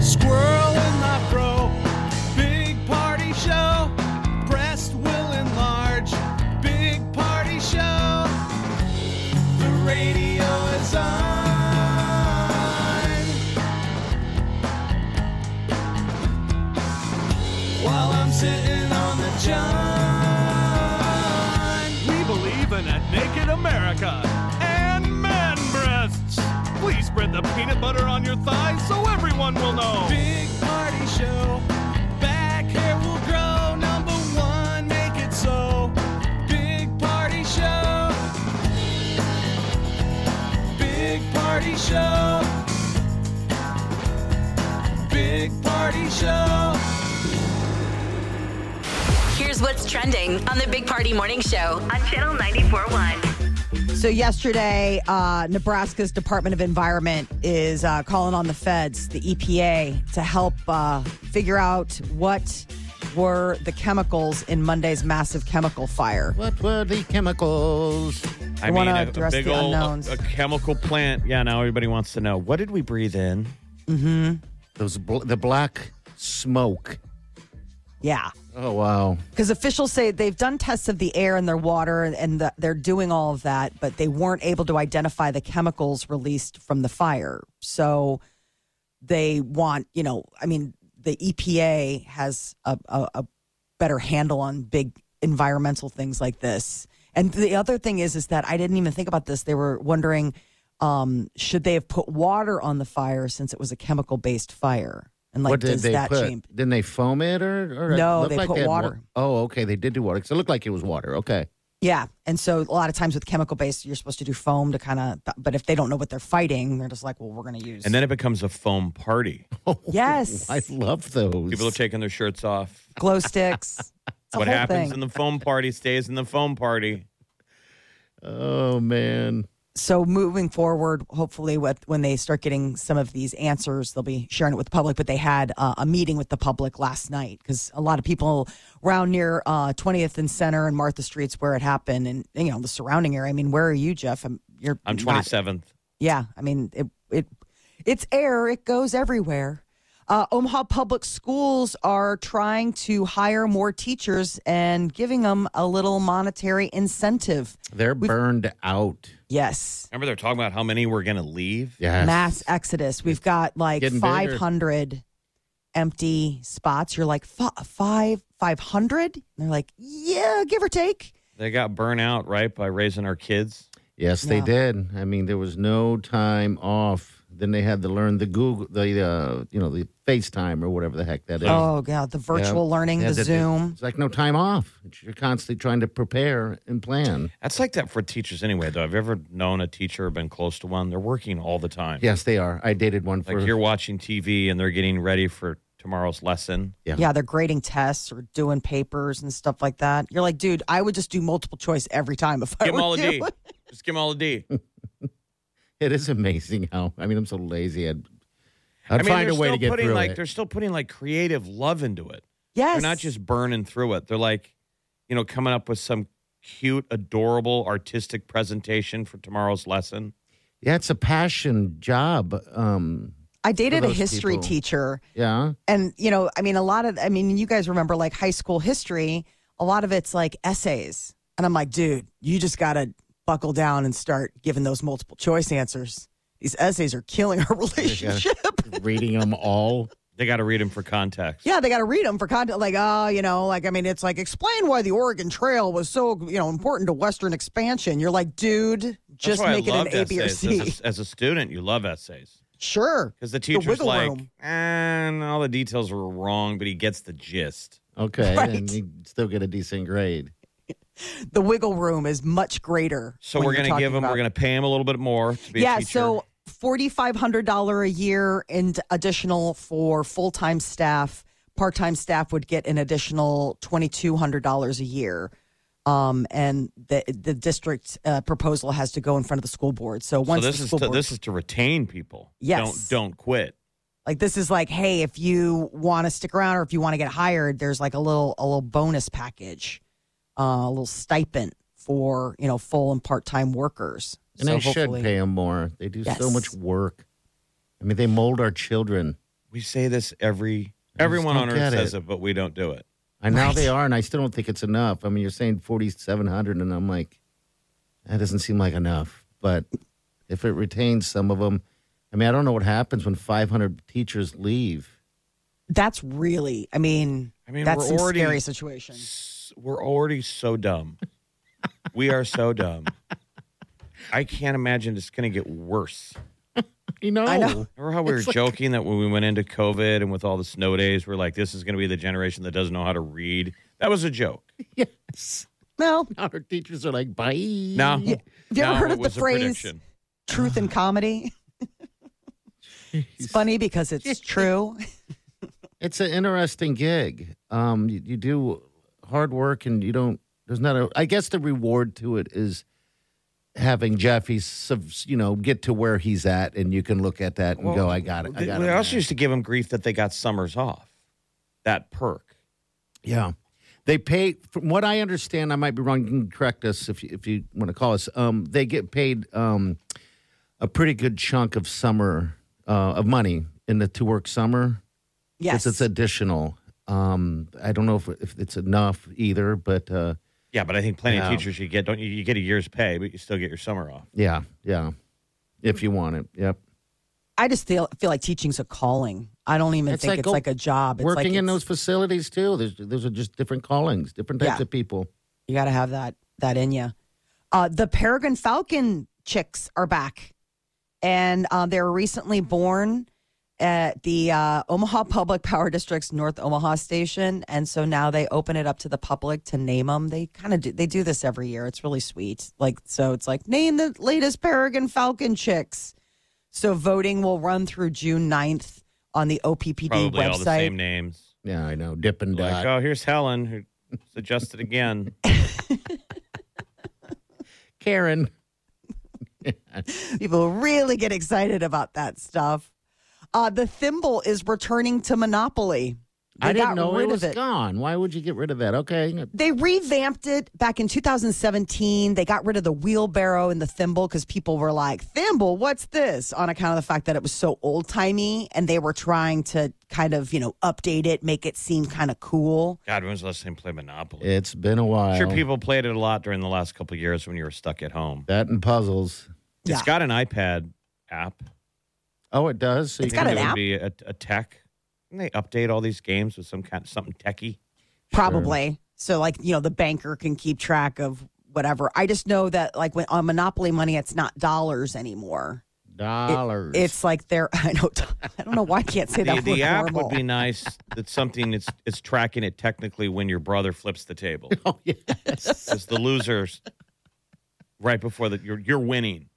Squirrel in my bro, big party show. Breast will enlarge, big party show. The radio is on. While I'm sitting on the john. We believe in a naked America and man breasts. Please spread the peanut butter on your thighs so everyone will know. Big party show. Back hair will grow. Number one, make it so. Big party show. Big party show. Big party show. Here's what's trending on the Big Party Morning Show on Channel 94.1. So yesterday, uh, Nebraska's Department of Environment is uh, calling on the feds, the EPA, to help uh, figure out what were the chemicals in Monday's massive chemical fire. What were the chemicals? I I mean, wanna a, a address big the old unknowns. a chemical plant. Yeah, now everybody wants to know what did we breathe in? Those bl- the black smoke. Yeah. Oh wow. Because officials say they've done tests of the air and their water, and the, they're doing all of that, but they weren't able to identify the chemicals released from the fire. So they want, you know, I mean, the EPA has a, a, a better handle on big environmental things like this. And the other thing is, is that I didn't even think about this. They were wondering, um, should they have put water on the fire since it was a chemical based fire? And like, what did does they that put? change? Didn't they foam it or? or it No, looked they like put had wa- water. oh, okay. They did do water 'cause it looked like it was water. Okay. Yeah. And so a lot of times with chemical based, you're supposed to do foam to kind of, but if they don't know what they're fighting, they're just like, well, we're going to use. And then it becomes a foam party. yes, I love those. People are taking their shirts off. glow sticks. It's a what whole happens thing. in the foam party stays in the foam party. oh man. so moving forward, hopefully, with when they start getting some of these answers, they'll be sharing it with the public. But they had uh, a meeting with the public last night because a lot of people around near uh, 20th and Center and Martha Streets where it happened, and you know the surrounding area. I mean, where are you, Jeff? I'm, you're I'm not- 27th. Yeah, I mean it. It it's air. It goes everywhere. Uh, Omaha Public Schools are trying to hire more teachers and giving them a little monetary incentive. They're burned out. Yes, Remember they're talking about how many were going to leave? Yeah. mass exodus. We've got like Getting bigger. 500 empty spots. You're like "Fi- five, 500. And they're like, yeah, give or take. They got burnt out, right, by raising our kids. Yes, they did. I mean, there was no time off. Then they had to learn the Google, the uh, you know, the FaceTime or whatever the heck that is. Oh god, the virtual Yeah. learning, They the had to do- Zoom. It's like no time off. It's- You're constantly trying to prepare and plan. That's like that for teachers anyway, though. Have you ever known a teacher or been close to one? They're working all the time. Yes, they are. I dated one for Like you're watching TV and they're getting ready for tomorrow's lesson. Yeah. Yeah, they're grading tests or doing papers and stuff like that. You're like, dude, I would just do multiple choice every time if I Give were them all a D. you. Just give them all a D. It is amazing how I mean I'm so lazy. I'd, I'd I mean, find a they're way still to get putting through like it. they're still putting like creative love into it. Yes, They're not just burning through it. They're like, you know, coming up with some cute, adorable, artistic presentation for tomorrow's lesson. Yeah, it's a passion job. Um, I dated a those history people. teacher, yeah, and you know, I mean, a lot of, I mean, you guys remember like high school history. A lot of it's like essays, and I'm like, dude, you just gotta buckle down and start giving those multiple choice answers. These essays are killing our relationship. reading them all. They got to read them for context. Yeah, they got to read them for content. Like, oh, you know, like, I mean, it's like, explain why the Oregon Trail was so, you know, important to Western expansion. You're like, dude, That's just why I make it an loved A, B, or essays. C. As a, as a student, you love essays. Sure. Because the teacher's wiggle like, room. and all the details were wrong, but he gets the gist. Okay, Right. and you still get a decent grade. The wiggle room is much greater. So when we're you're gonna talking give him, about- we're gonna pay him a little bit more to be a yeah, teacher. so $4,500 a year and additional for full time staff. Part time staff would get an additional $2,200 a year. Um, and the, the district uh, proposal has to go in front of the school board. So So once this the is school to, board, this is to retain people. Yes. Don't don't quit. like this is like, hey, if you want to stick around or if you want to get hired, there's like a little a little bonus package, uh, a little stipend for you know full and part time workers. And so they should hopefully- pay them more. They do so Yes. much work. I mean, they mold our children. We say this every just everyone on don't earth get says it. it, but we don't do it. And now they are, and I still don't think it's enough. I mean, you're saying 4,700, and I'm like, that doesn't seem like enough. But if it retains some of them, I mean, I don't know what happens when 500 teachers leave. That's really, I mean, I mean, that's we're some already- scary situation. S- We're already so dumb. we are so dumb. I can't imagine it's gonna get worse. You know, I know. Remember how we were It's like- joking that when we went into COVID and with all the snow days, we're like, this is going to be the generation that doesn't know how to read. That was a jook. yes. No, Now our teachers are like, bye. No. Have you ever No, heard it of the was a phrase prediction. truth and comedy? it's funny because it's true. It's an interesting gig. Um, you, you do hard work, and you don't. There's not a. I guess the reward to it is having Jeffy, subs- you know, get to where he's at, and you can look at that and go, "I got it, I They, got they it." also man." used to give them grief that they got summers off, that perk. Yeah, they pay. From what I understand, I might be wrong. You can correct us if you, if you want to call us. Um, they get paid um, a pretty good chunk of summer uh, of money in the to work summer. Yes, it's additional. Um, I don't know if, if it's enough either, but uh, Yeah, but I think plenty of Yeah. E teachers you get don't you, you get a year's pay, but you still get your summer off. yeah, yeah. If you want it, yep. I just feel feel like teaching's a calling. I don't even think it's go- like a job. It's Working like in it's- those facilities too. There's those are just different callings, different types Yeah. of people. You got to have that that in you. Uh, the Peregrine Falcon chicks are back, and uh, they were recently born at the uh, Omaha Public Power District's North Omaha station, and so now they open it up to the public to name them. They kind of do, they do this every year. It's really sweet. Like so, it's like name the latest Peregrine Falcon chicks. So voting will run through June 9th on the OPPD Probably website. all the same names. Yeah, I know. Dip and Like, dot. oh, here's Helen who suggested again. Karen. People really get excited about that stuff. Uh, the thimble is returning to Monopoly. They I got didn't know rid it was of it. gone. Why would you get rid of that? Okay. They revamped it back in 2017. They got rid of the wheelbarrow and the thimble because people were like, "Thimble, what's this?" On account of the fact that it was so old timey, and they were trying to kind of you know update it, make it seem kind of cool. God, when was the last time you played Monopoly? It's been a while. I'm sure people played it a lot during the last couple of years when you were stuck at home. that and puzzles. Yeah. It's got an iPad app. Oh, it does. So It's you got can it an do would app? be a, a tech. And they update all these games with some kind something techie. probably so like you know the banker can keep track of whatever i just know that like when on monopoly money it's not dollars anymore Dollars. it's like they're i know i don't know why i can't say that The, word the app horrible. would be nice. That something it's it's tracking it technically when your brother flips the table. oh yeah. Because the losers, right before that, you're you're winning.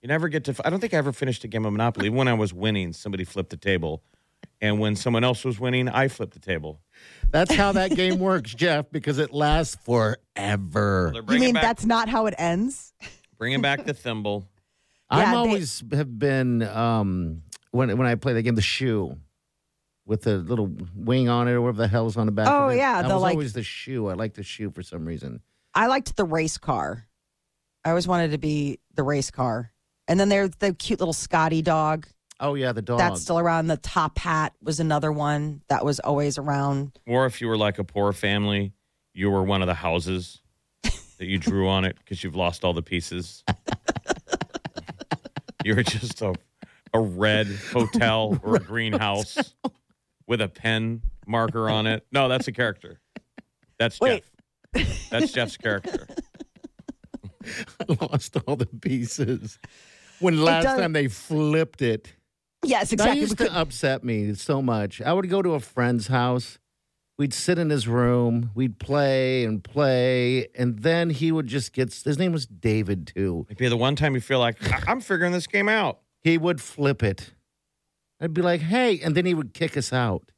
You never get to. I don't think I ever finished a game of Monopoly. Even When I was winning, somebody flipped the table, and when someone else was winning, I flipped the table. That's how that game works, Jeff, because it lasts forever. They're you bringing mean back, that's not how it ends bringing back the thimble. I'm they- always have been um, when when I play the game, the shoe with the little wing on it or whatever the hell's on the back. Oh, of it. yeah, that the, was like- always the shoe. I like the shoe for some reason. i liked the race car i always wanted to be the race car and then there's the cute little scotty dog Oh yeah, the dog. that's still around the top hat was another one that was always around Or if you were like a poor family, you were one of the houses that you drew on it because you've lost all the pieces. you were just a, a red hotel or a greenhouse with a pen marker on it. No, that's a character. That's Wait. Jeff. That's Jeff's character. lost all the pieces. When last does- time they flipped it, Yes, That exactly. We used could- to upset me so much. I would go to a friend's house. We'd sit in his room. We'd play and play, and then he would just get. His name was David too. It'd be the one time you feel like I- am figuring this game out. He would flip it. I'd be like, "Hey," and then he would kick us out.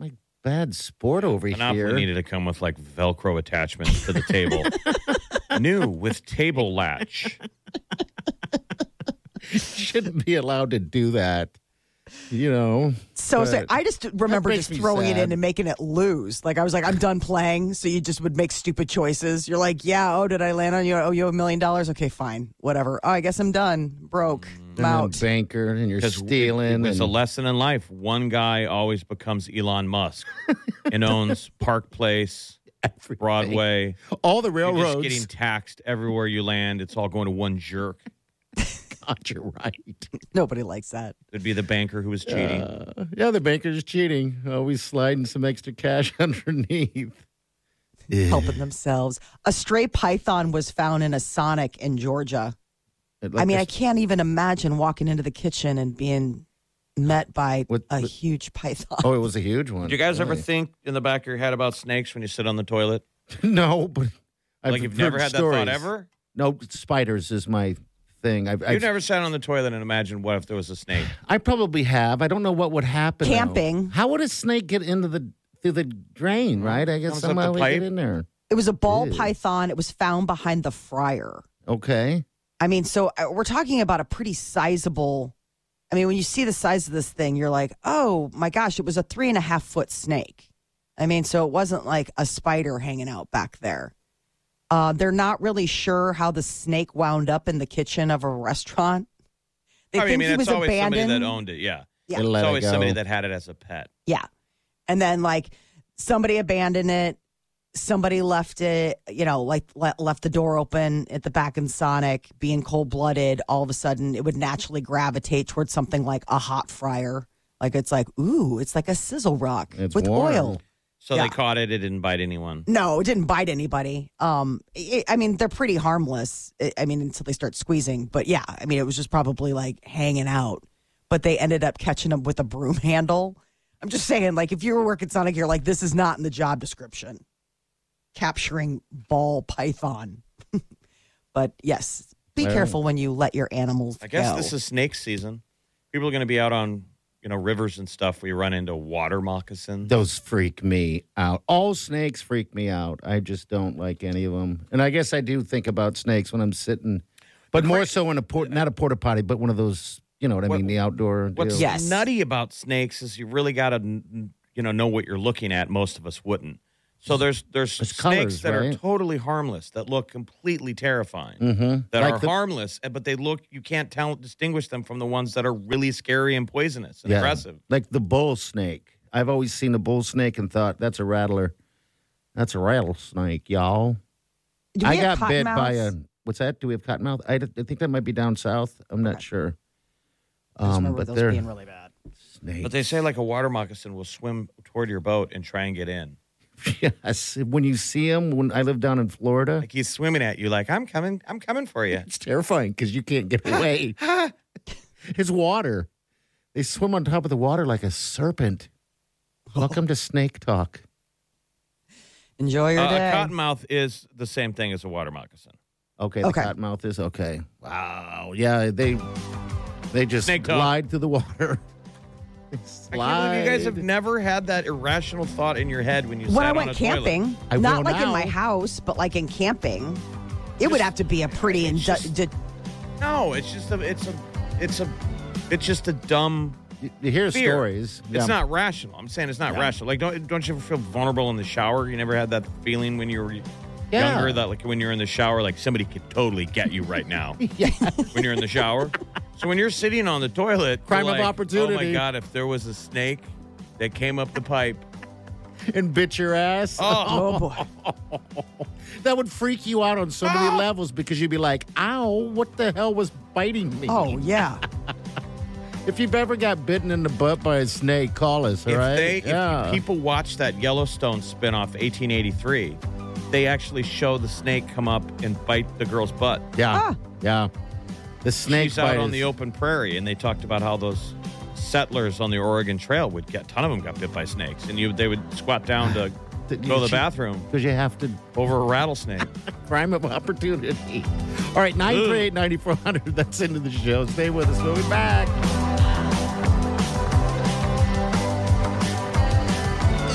I'm like bad sport over Monopoly here. needed to come with like Velcro attachments to the table. New with table latch. Shouldn't be allowed to do that. You know. So, so But I just remember makes just me throwing it sad. in and making it lose. Like I was like, I'm done playing. So you just would make stupid choices. You're like, yeah, oh, did I land on you? Oh, you have a million dollars. Okay, fine, whatever. Oh, I guess I'm done. Broke. I'm And out. then banker, and you're Because stealing. It, it was a and- lesson in life. One guy always becomes Elon Musk and owns Park Place, Broadway. all the You're just railroads. getting taxed everywhere you land. It's all going to one jerk. God, you're right. Nobody likes that. It'd be the banker who was cheating. Yeah, the banker's cheating. Always sliding some extra cash underneath. Helping themselves. A stray python was found in a Sonic in Georgia. I mean, I can't even imagine walking into the kitchen and being met by What- a what- huge python. oh, it was a huge one. Do you guys ever really. think in the back of your head about snakes when you sit on the toilet? no, but I've like you've heard never had stories. that thought ever? No, spiders is my thing. I've, You've I've never sat on the toilet and imagined what if there was a snake? I probably have. I don't know what would happen. though. Camping. How would a snake get into the through the drain? Right? I guess Mm-hmm. Comes up the somehow we pipe. get in there. It was a ball Ew. python. It was found behind the fryer. Okay. I mean, so uh, we're talking about a pretty sizable. I mean, when you see the size of this thing, you're like, oh my gosh, it was a three and a half foot snake. I mean, so it wasn't like a spider hanging out back there. Uh, they're not really sure how the snake wound up in the kitchen of a restaurant. They I mean, I think mean he was it's always abandoned. somebody that owned it. Yeah. Yeah. They let it's it always go. somebody that had it as a pet. Yeah. And then like somebody abandoned it. Somebody left it, you know, like le- left the door open at the back in Sonic, being cold blooded. All of a sudden, it would naturally gravitate towards something like a hot fryer. Like it's like, ooh, it's like a sizzle rock It's with warm. oil. So Yeah. they caught it. It didn't bite anyone. No, it didn't bite anybody. Um, it, I mean, they're pretty harmless. I I mean, until they start squeezing. But yeah, I mean, it was just probably like hanging out. But they ended up catching them with a broom handle. I'm just saying, like, if you were working Sonic, you're like, this is not in the job description. Capturing ball python. but yes, be Well. careful when you let your animals I guess go. this is snake season. People are going to be out on you know rivers and stuff where you run into water moccasins. Those freak me out. All snakes freak me out. I just don't like any of them. And I guess I do think about snakes when I'm sitting, but more so in a port, not a porta potty, but one of those. You know what I What- mean? The outdoor. What's deal. Yeah. Yes. nutty about snakes is you really got to you know know what you're looking at. Most of us wouldn't. So there's there's It's snakes colors, that are right? totally harmless that look completely terrifying Mhm. that Like are the- harmless eh, but they look you can't tell distinguish them from the ones that are really scary and poisonous and Yeah. aggressive. Like the bull snake. I've always seen a bull snake and thought that's a rattler. That's a rattlesnake, y'all. Do we I have got bit by a cottonmouths? what's that? Do we have cottonmouth? I, d- I think that might be down south. I'm not sure. I just Um, remember but those they're being really bad. snakes. But they say like a water moccasin will swim toward your boat and try and get in. yes, when you see them, when I lived down in Florida, Like he's swimming at you like I'm coming I'm coming for you. it's terrifying because you can't get away. it's water. They swim on top of the water like a serpent. Welcome to Snake Talk. Enjoy your Uh, day. a cottonmouth is the same thing as a water moccasin. Okay, the Okay. cottonmouth is okay. Wow. Yeah, they they just Snake talk. glide through the water. They I can't believe you guys have slide. never had that irrational thought in your head when you when sat I on went a camping, I not will like in now. my house, but like in camping, it would have to be a pretty in- just- d- toilet. No, it's just a, it's a, it's a, it's just a dumb You, you hear fear. stories. It's not rational. I'm saying it's not rational. Like, don't don't you ever feel vulnerable in the shower? You never had that feeling when you were Yeah. younger that like when you're in the shower, like somebody could totally get you right now. Yeah. when you're in the shower. So when you're sitting on the toilet, you're Crime of like, Oh my opportunity." god! If there was a snake that came up the pipe, and bit your ass. oh, oh boy. That would freak you out on so many Ah. levels because you'd be like, ow, what the hell was biting me? Oh yeah. If you've ever got bitten in the butt by a snake, call us, all if right? they yeah. if people watch that Yellowstone spinoff, 1883, they actually show the snake come up and bite the girl's butt. yeah. Yeah. The snake She's out bite on is- the open prairie, and they talked about how those settlers on the Oregon Trail would get a ton of them got bit by snakes, and you they would squat down to go to the bathroom Because you have to over a rattlesnake. crime of opportunity. All right, 938 9400. That's into the show. Stay with us. We'll be back.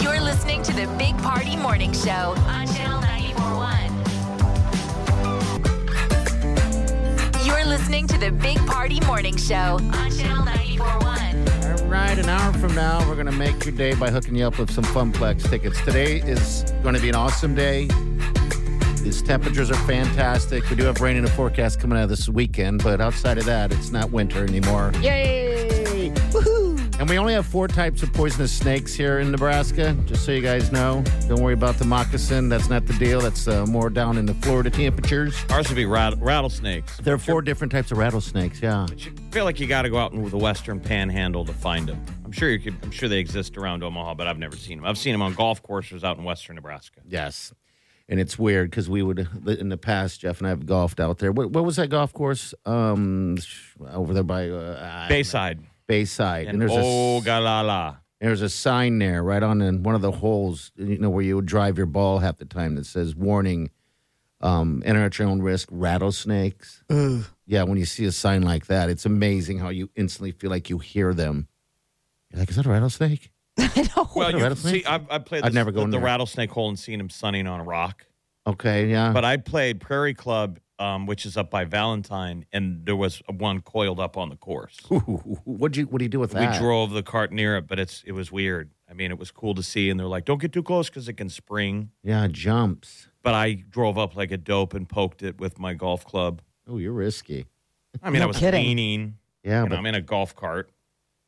You're listening to the Big Party Morning Show on Channel 941. You're listening to the Big Party Morning Show on Channel 941. All right, an hour from now, we're going to make your day by hooking you up with some Funplex tickets. Today is going to be an awesome day. These temperatures are fantastic. We do have rain in the forecast coming out of this weekend, but outside of that, it's not winter anymore. Yay! Woohoo! And we only have four types of poisonous snakes here in Nebraska, just so you guys know. Don't worry about the moccasin. That's not the deal. That's uh, more down in the Florida temperatures. Ours would be rat- rattlesnakes. There are four different types of rattlesnakes, yeah. You feel like you got to go out into the Western Panhandle to find them. I'm sure you could. I'm sure they exist around Omaha, but I've never seen them. I've seen them on golf courses out in Western Nebraska. Yes. And it's weird because we would, in the past, Jeff and I have golfed out there. What, what was that golf course um, over there by uh, Bayside Bayside? and there's Oh, a, Ogallala. there's a sign there right on in one of the holes, you know, where you would drive your ball half the time that says, warning, um, enter at your own risk, rattlesnakes. Yeah, when you see a sign like that, it's amazing how you instantly feel like you hear them. You're like, is that a rattlesnake? I know. Well, you rattlesnake? see, I, I played. I'd the- never go the, in the there. rattlesnake hole and seen him sunning on a rock. Okay, yeah. But I played Prairie Club, um, which is up by Valentine, and there was one coiled up on the course. what'd you, what do you do with that? We drove the cart near it, but it's it was weird. I mean, it was cool to see, and they're like, "Don't get too close because it can spring." yeah, jumps. But I drove up like a dope and poked it with my golf club. Oh, you're risky. I mean, No I was kidding. leaning. Yeah, you know, but I'm in a golf cart.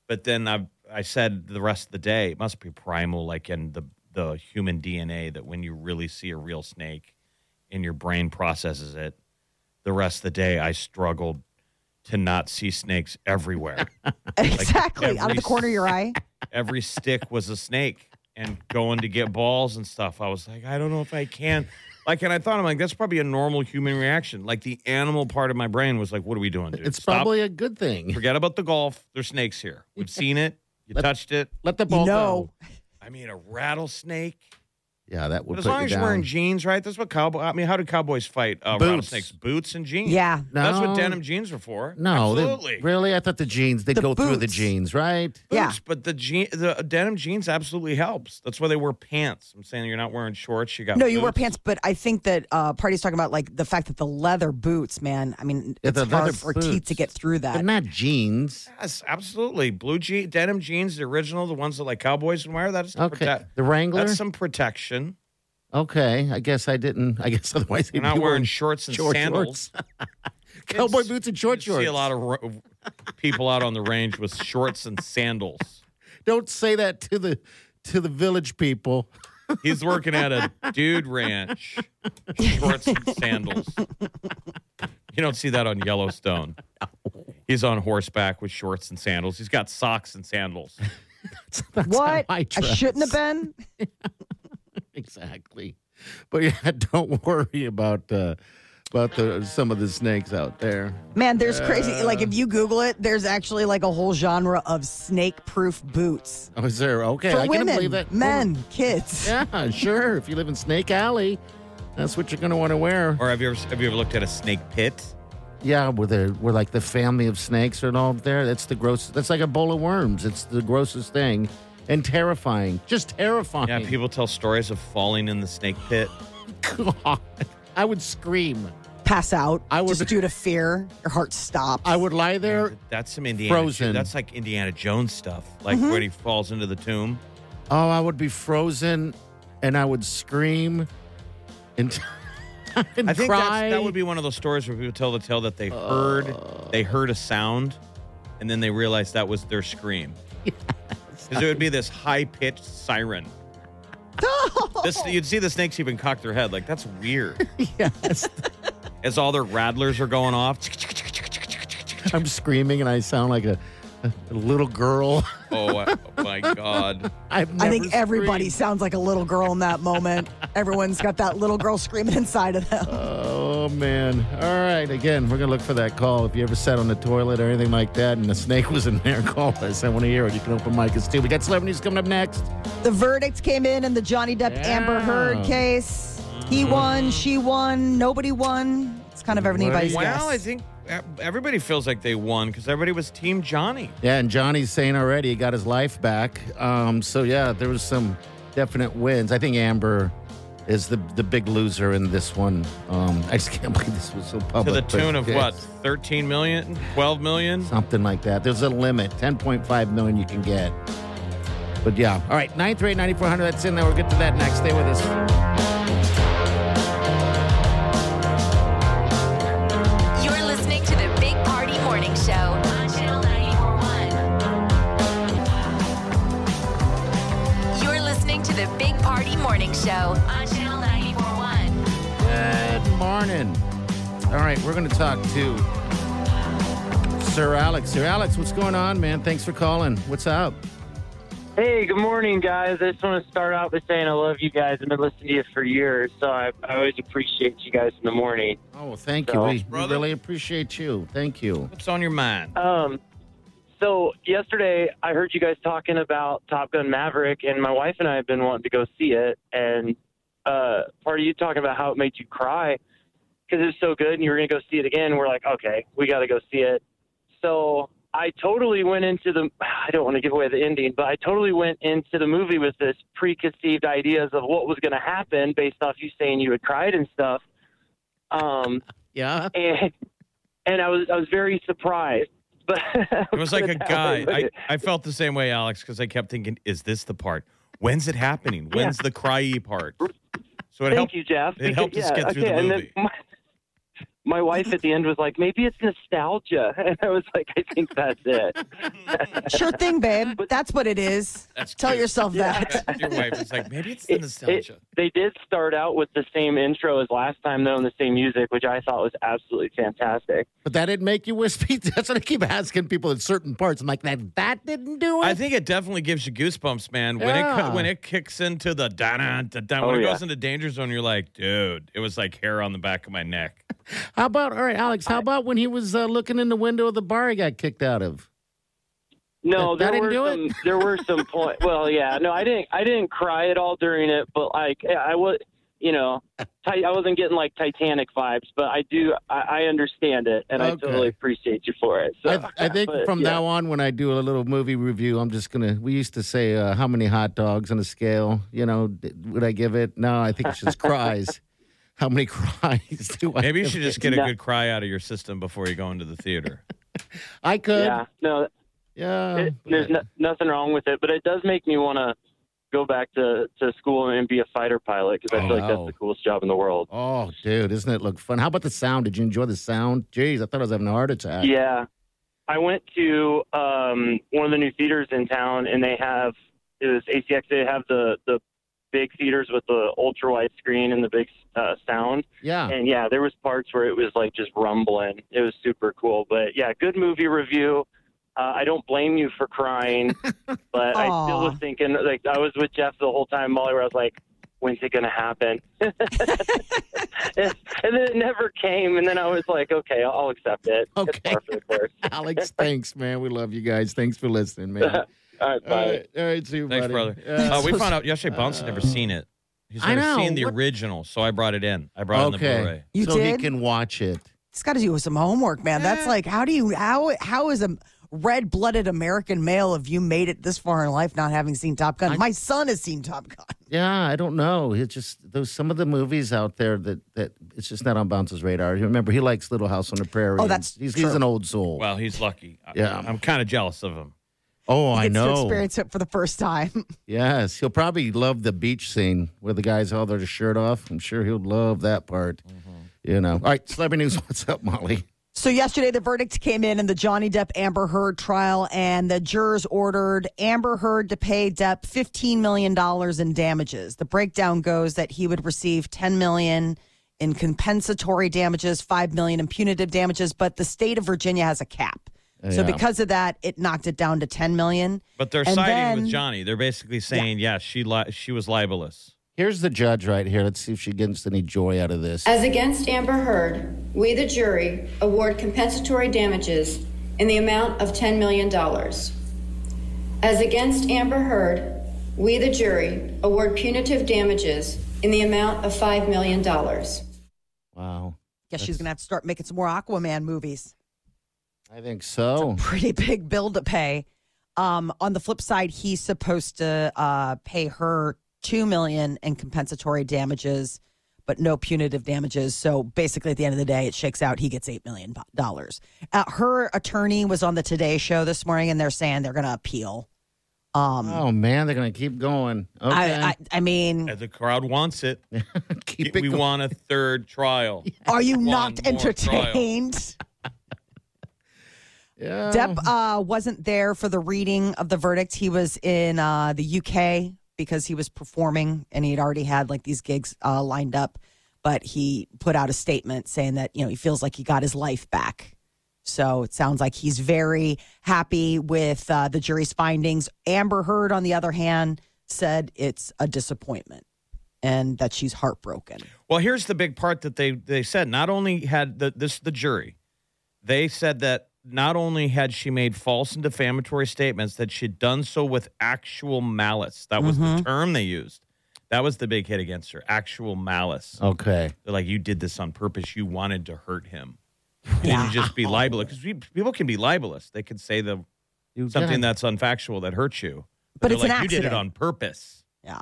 But then I I said the rest of the day it must be primal, like in the the human DNA that when you really see a real snake, and your brain processes it. The rest of the day, I struggled to not see snakes everywhere. exactly. Out of every- the corner of your eye. Every stick was a snake, and going to get balls and stuff. I was like, I don't know if I can. Like, and I thought, I'm like, that's probably a normal human reaction. Like, the animal part of my brain was like, what are we doing, dude? it's Stop. probably a good thing. Forget about the golf. There's snakes here. We've seen it. You Let- touched it. Let the ball You go. know. I mean, a rattlesnake. Yeah, that would But as put long you as you're down. wearing jeans, right? That's what cowboy. I mean, how do cowboys fight uh, Boots. rattlesnakes? Boots and jeans. Yeah. that's No. what denim jeans are for. no, they- absolutely. really, I thought the jeans they The go through the boots. jeans, right? Yeah. Boots, but the jean, the denim jeans absolutely helps. That's why they wear pants. I'm saying you're not wearing shorts. You got No, you wear boots. pants, but I think that uh, Party's talking about like the fact that the leather boots, man. I mean, Yeah, it's the leather hard for teeth boots. to get through But that. not jeans. Yes, absolutely. Blue je- denim jeans, the original, the ones that like cowboys would wear. That's to Okay, protect- the Wrangler. That's some protection. okay, I guess I didn't. I guess otherwise they'd You're not be wearing shorts and short sandals. shorts. cowboy boots and short You shorts. see a lot of ro- people out on the range with shorts and sandals. Don't say that to the to the village people. He's working at a dude ranch, shorts and sandals. You don't see that on Yellowstone. He's on horseback with shorts and sandals. He's got socks and sandals. what? I I shouldn't have been. exactly. But yeah, don't worry about uh, about the some of the snakes out there. Man, there's crazy. Like, if you Google it, there's actually like a whole genre of snake proof boots Oh, is there? Okay, for I can believe women, that. men, kids. Yeah, sure. If you live in Snake Alley, that's what you're going to want to wear. Or have you ever have you ever looked at a snake pit? Yeah, we're the we're like the family of snakes and all there. That's the gross. That's like a bowl of worms. It's the grossest thing, and terrifying. Just terrifying. Yeah, people tell stories of falling in the snake pit. God, I would scream. Pass out. I would just be- due to fear. Your heart stops. I would lie there. That's some Indiana. Er, Frozen. Mm-hmm. That's like Indiana Jones stuff. Like when he falls into the tomb. Oh, I would be frozen, and I would scream, and, and I think cry. that's, that would be one of those stories where people tell the tale that they heard they heard a sound, and then they realized that was their scream. Because it would be this high pitched siren. This you'd see the snakes even cock their head like that's weird. yes. As all their rattlers are going off. I'm screaming, and I sound like a, a little girl. Oh, I- oh my god! I've I never think everybody screamed. sounds like a little girl in that moment. Everyone's got that little girl screaming inside of them. Oh man! All right, again, we're gonna look for that call. If you ever sat on the toilet or anything like that, and the snake was in there, call us. I want to hear it. You can open mic us too. We got celebrities coming up next. The verdict came in in the Johnny Depp Amber Yeah. Mm-hmm. Heard case. He won, she won, nobody won. It's kind of everybody's Well, guess. I think e- everybody feels like they won because everybody was Team Johnny. Yeah, and Johnny's saying already he got his life back. Um, so yeah, there was some definite wins. I think Amber is the the big loser in this one. Um, I just can't believe this was so public. To the but tune of it's what, 13 million, 12 million? Something like that. There's a limit, 10.5 million you can get. But yeah, all right, 938 9400, that's in there. We'll get to that next. Stay with us. You're listening to the Big Party Morning Show on Channel 941. You're listening to the Big Party Morning Show on Channel 941. Good morning. All right, we're going to talk to Sir Alex. Sir Alex, what's going on, man? Thanks for calling. What's up? Hey, good morning, guys. I just want to start out by saying I love you guys. I've been listening to you for years, so I, I always appreciate you guys in the morning. Oh, well, thank you. So- We, we Brother? really appreciate you. Thank you. What's on your mind? Um, so yesterday I heard you guys talking about Top Gun Maverick, and my wife and I have been wanting to go see it. And uh, part of you talking about how it made you cry because it was so good, and you were going to go see it again. We're like, okay, we got to go see it. So I totally went into the. I don't want to give away the ending, but I totally went into the movie with this preconceived ideas of what was going to happen based off you saying you had cried and stuff. Um, Yeah. and and I was I was very surprised. But It was like a guy. I, I felt the same way, Alex, because I kept thinking, is this the part? When's it happening? When's the cryy part? So it Thank helped. you, Jeff. it helped us get through the and movie. then my, my wife at the end was like, maybe it's nostalgia, and I was like, I think that's it. sure thing, babe. That's what it is. That's Tell cute. yourself that. Your wife was like, maybe it's the It- nostalgia. it- they did start out with the same intro as last time, though, and the same music, which I thought was absolutely fantastic. But that didn't make you wispy. That's what I keep asking people in certain parts. I'm like, that, that didn't do it? I think it definitely gives you goosebumps, man. When it Yeah. cu- when it kicks into the da da da, when Oh, it yeah. goes into danger zone, you're like, dude, it was like hair on the back of my neck. how about, all right, Alex, how about when he was uh, looking in the window of the bar he got kicked out of? No, That- that there were didn't do some. there were some point. Well, yeah, no, I didn't. I didn't cry at all during it, but like I was, you know, ti- I wasn't getting like Titanic vibes. But I do. I, I understand it, and I Okay. totally appreciate you for it. So, I, I think but, from yeah. now on, when I do a little movie review, I'm just gonna. We used to say uh, how many hot dogs on a scale. You know, d- would I give it? No, I think it's just cries. How many cries do I? Maybe you give should it? just get a No. good cry out of your system before you go into the theater. I could. yeah, Yeah. no, Oh, it, there's no, nothing wrong with it, but it does make me want to go back to to school and be a fighter pilot because I Oh, feel like wow. that's the coolest job in the world. oh, dude, isn't it look fun? How about the sound? Did you enjoy the sound? Jeez, I thought I was having a heart attack. Yeah. I went to um, one of the new theaters in town, and they have it was ACX. They have the the big theaters with the ultra wide screen and the big uh, sound. Yeah. And yeah, there was parts where it was like just rumbling. It was super cool. But yeah, good movie review. Uh, I don't blame you for crying, but I still Aw. was thinking like I was with Jeff the whole time, Molly. Where I was like, when's it gonna happen? and then it never came. And then I was like, okay, I'll, I'll accept it. Okay. It's par for the course. Alex, thanks, man. We love you guys. Thanks for listening, man. All right, bye. All right, all right, see you, Thanks, buddy. brother. Yeah. Uh, Uh, we found out yesterday. Bounce had never seen it. He's I never know, seen the what- original, so I brought it in. I brought in the Blu-ray. okay, You so he did? can watch it. It's got to do with some homework, man. That's like, how do you, how, how is a red-blooded American male if you made it this far in life not having seen Top Gun? My son has seen Top Gun. Yeah, I don't know. It's just those some of the movies out there that that it's just not on Bounce's radar. You Remember, he likes Little House on the Prairie. Oh, that's he's, true. he's an old soul. Well, he's lucky. I- Yeah. I'm kind of jealous of him. oh, I Gets to know. experience it for the first time. Yes, he'll probably love the beach scene where the guys all their shirt off. I'm sure he'll love that part. You know. All right, celebrity news. What's up, Molly? So yesterday, the verdict came in in the Johnny Depp Amber Heard trial, and the jurors ordered Amber Heard to pay Depp fifteen million dollars in damages. The breakdown goes that he would receive ten million in compensatory damages, five million in punitive damages, but the state of Virginia has a cap. So Yeah. because of that, it knocked it down to ten million. But they're And siding then- with Johnny. They're basically saying, yeah, she li- she was libelous. Here's the judge right here. Let's see if she gets any joy out of this. As against Amber Heard, we, the jury, award compensatory damages in the amount of $10 million. As against Amber Heard, we, the jury, award punitive damages in the amount of $5 million. Wow. Guess she's going to have to start making some more Aquaman movies. I think so. Pretty big bill to pay. Um, on the flip side, he's supposed to uh, pay her two million in compensatory damages, but no punitive damages. So basically, at the end of the day, it shakes out. He gets eight million dollars. Uh, her attorney was on the Today Show this morning, and they're saying they're going to appeal. Um, Oh man, they're gonna keep going. Okay. I, I, I mean, Uh, The crowd wants it. keep it we going. want a third trial. are you One not more trial. entertained? Yeah. Depp uh, wasn't there for the reading of the verdict. He was in uh, the UK because he was performing and he had already had like these gigs uh, lined up. But he put out a statement saying that, you know, he feels like he got his life back. So it sounds like he's very happy with uh, the jury's findings. Amber Heard, on the other hand, said it's a disappointment and that she's heartbroken. Well, here's the big part that they they said. Not only had the, this the jury, they said that not only had she made false and defamatory statements, that she'd done so with actual malice. That was Mm-hmm. the term they used. That was the big hit against her. Actual malice. Oh. Okay. They're like, you did this on purpose. You wanted to hurt him. You didn't just be libelous because people can be libelous. They could say the You something got- that's unfactual that hurts you. But they're it's like, an you did it accident." on purpose. Yeah.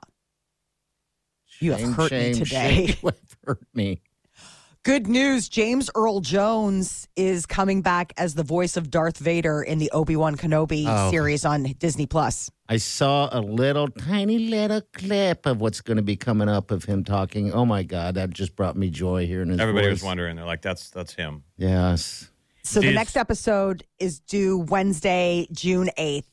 You have Shame, hurt me shame, today. shame. You have hurt me. Good news James Earl Jones is coming back as the voice of Darth Vader in the Obi Wan Kenobi Oh. series on Disney Plus. I saw a little tiny little clip of what's going to be coming up of him talking. Oh my God, that just brought me joy hearing his Everybody voice. was wondering. They're like, that's that's him. Yes. So the Dude. next episode is due Wednesday, June 8th,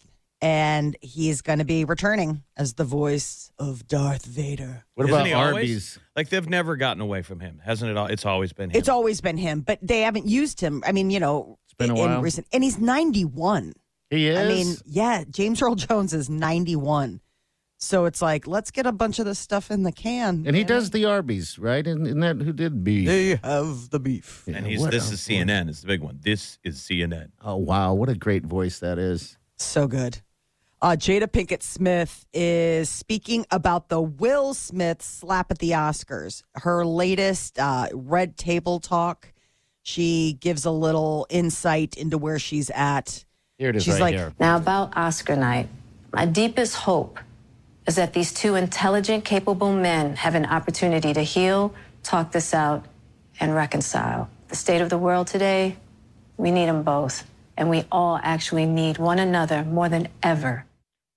and he's going to be returning as the voice of Darth Vader. What Isn't about he always- Arby's? Like they've never gotten away from him, hasn't it? All it's always been him. It's always been him, but they haven't used him. I mean, you know, it's been a in while. recent and he's 91. He is. I mean, yeah, James Earl Jones is 91. So it's like, let's get a bunch of this stuff in the can. and he does the Arby's, right? Isn't, isn't that who did B? They have the beef. and he's this is CNN. It's the big one. This is CNN. Oh wow, what a great voice that is. So good. Uh, Jada Pinkett Smith is speaking about the Will Smith slap at the Oscars. Her latest uh, red table talk. She gives a little insight into where she's at. Here it is, She's right like, here. Now, about Oscar night, my deepest hope is that these two intelligent, capable men have an opportunity to heal, talk this out, and reconcile. The state of the world today, we need them both. And we all actually need one another more than ever.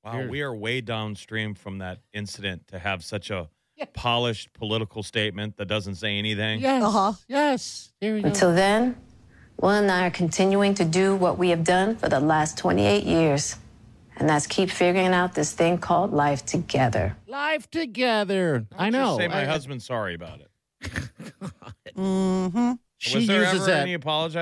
Wow, we are way downstream from that incident to have such a polished political statement that doesn't say anything. Yes. uh-huh. Yes. Here we go. Until then, Will and I are continuing to do what we have done for the last 28 years, and that's keep figuring out this thing called life together. Live together. I know. Just say my I- husband's sorry about it. mm-hmm. She Was there uses ever that. any apology?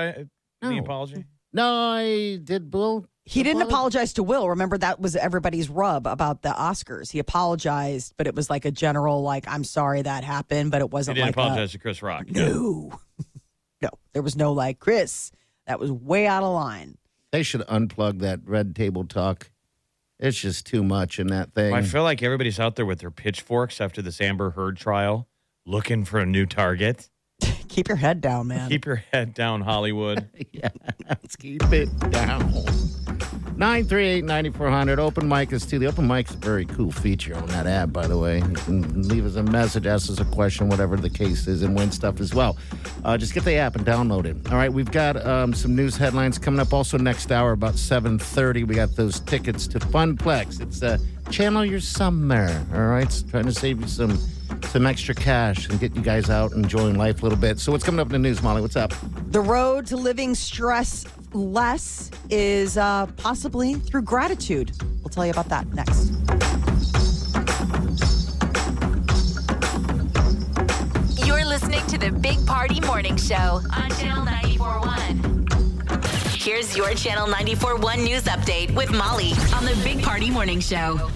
Any No. apology? no, I did bull. He didn't apologize. apologize to Will. Remember that was everybody's rub about the Oscars. He apologized, but it was like a general, like "I'm sorry that happened," but it He wasn't didn't like a- apologize to Chris Rock. no, no. There was no like Chris. That was way out of line. They should unplug that red table talk. It's just too much in that thing. I feel like everybody's out there with their pitchforks after this Amber Heard trial, looking for a new target. Keep your head down, man. Keep your head down, Hollywood. yeah, let's keep it down. 938-9400. Open mic is too. The open mic's a very cool feature on that app, by the way. You can leave us a message, ask us a question, whatever the case is, and win stuff as well. Uh, just get the app and download it. All right, we've got um, some news headlines coming up also next hour about 7.30. We got those tickets to Funplex. It's uh, Channel Your Summer, all right? It's trying to save you some, some extra cash and get you guys out enjoying life a little bit. So what's coming up in the news, Molly? What's up? The road to living stress less is uh, possibly through gratitude. We'll tell you about that next. You're listening to the Big Party Morning Show on Channel 941. Here's your Channel 941 news update with Molly on the Big Party Morning Show.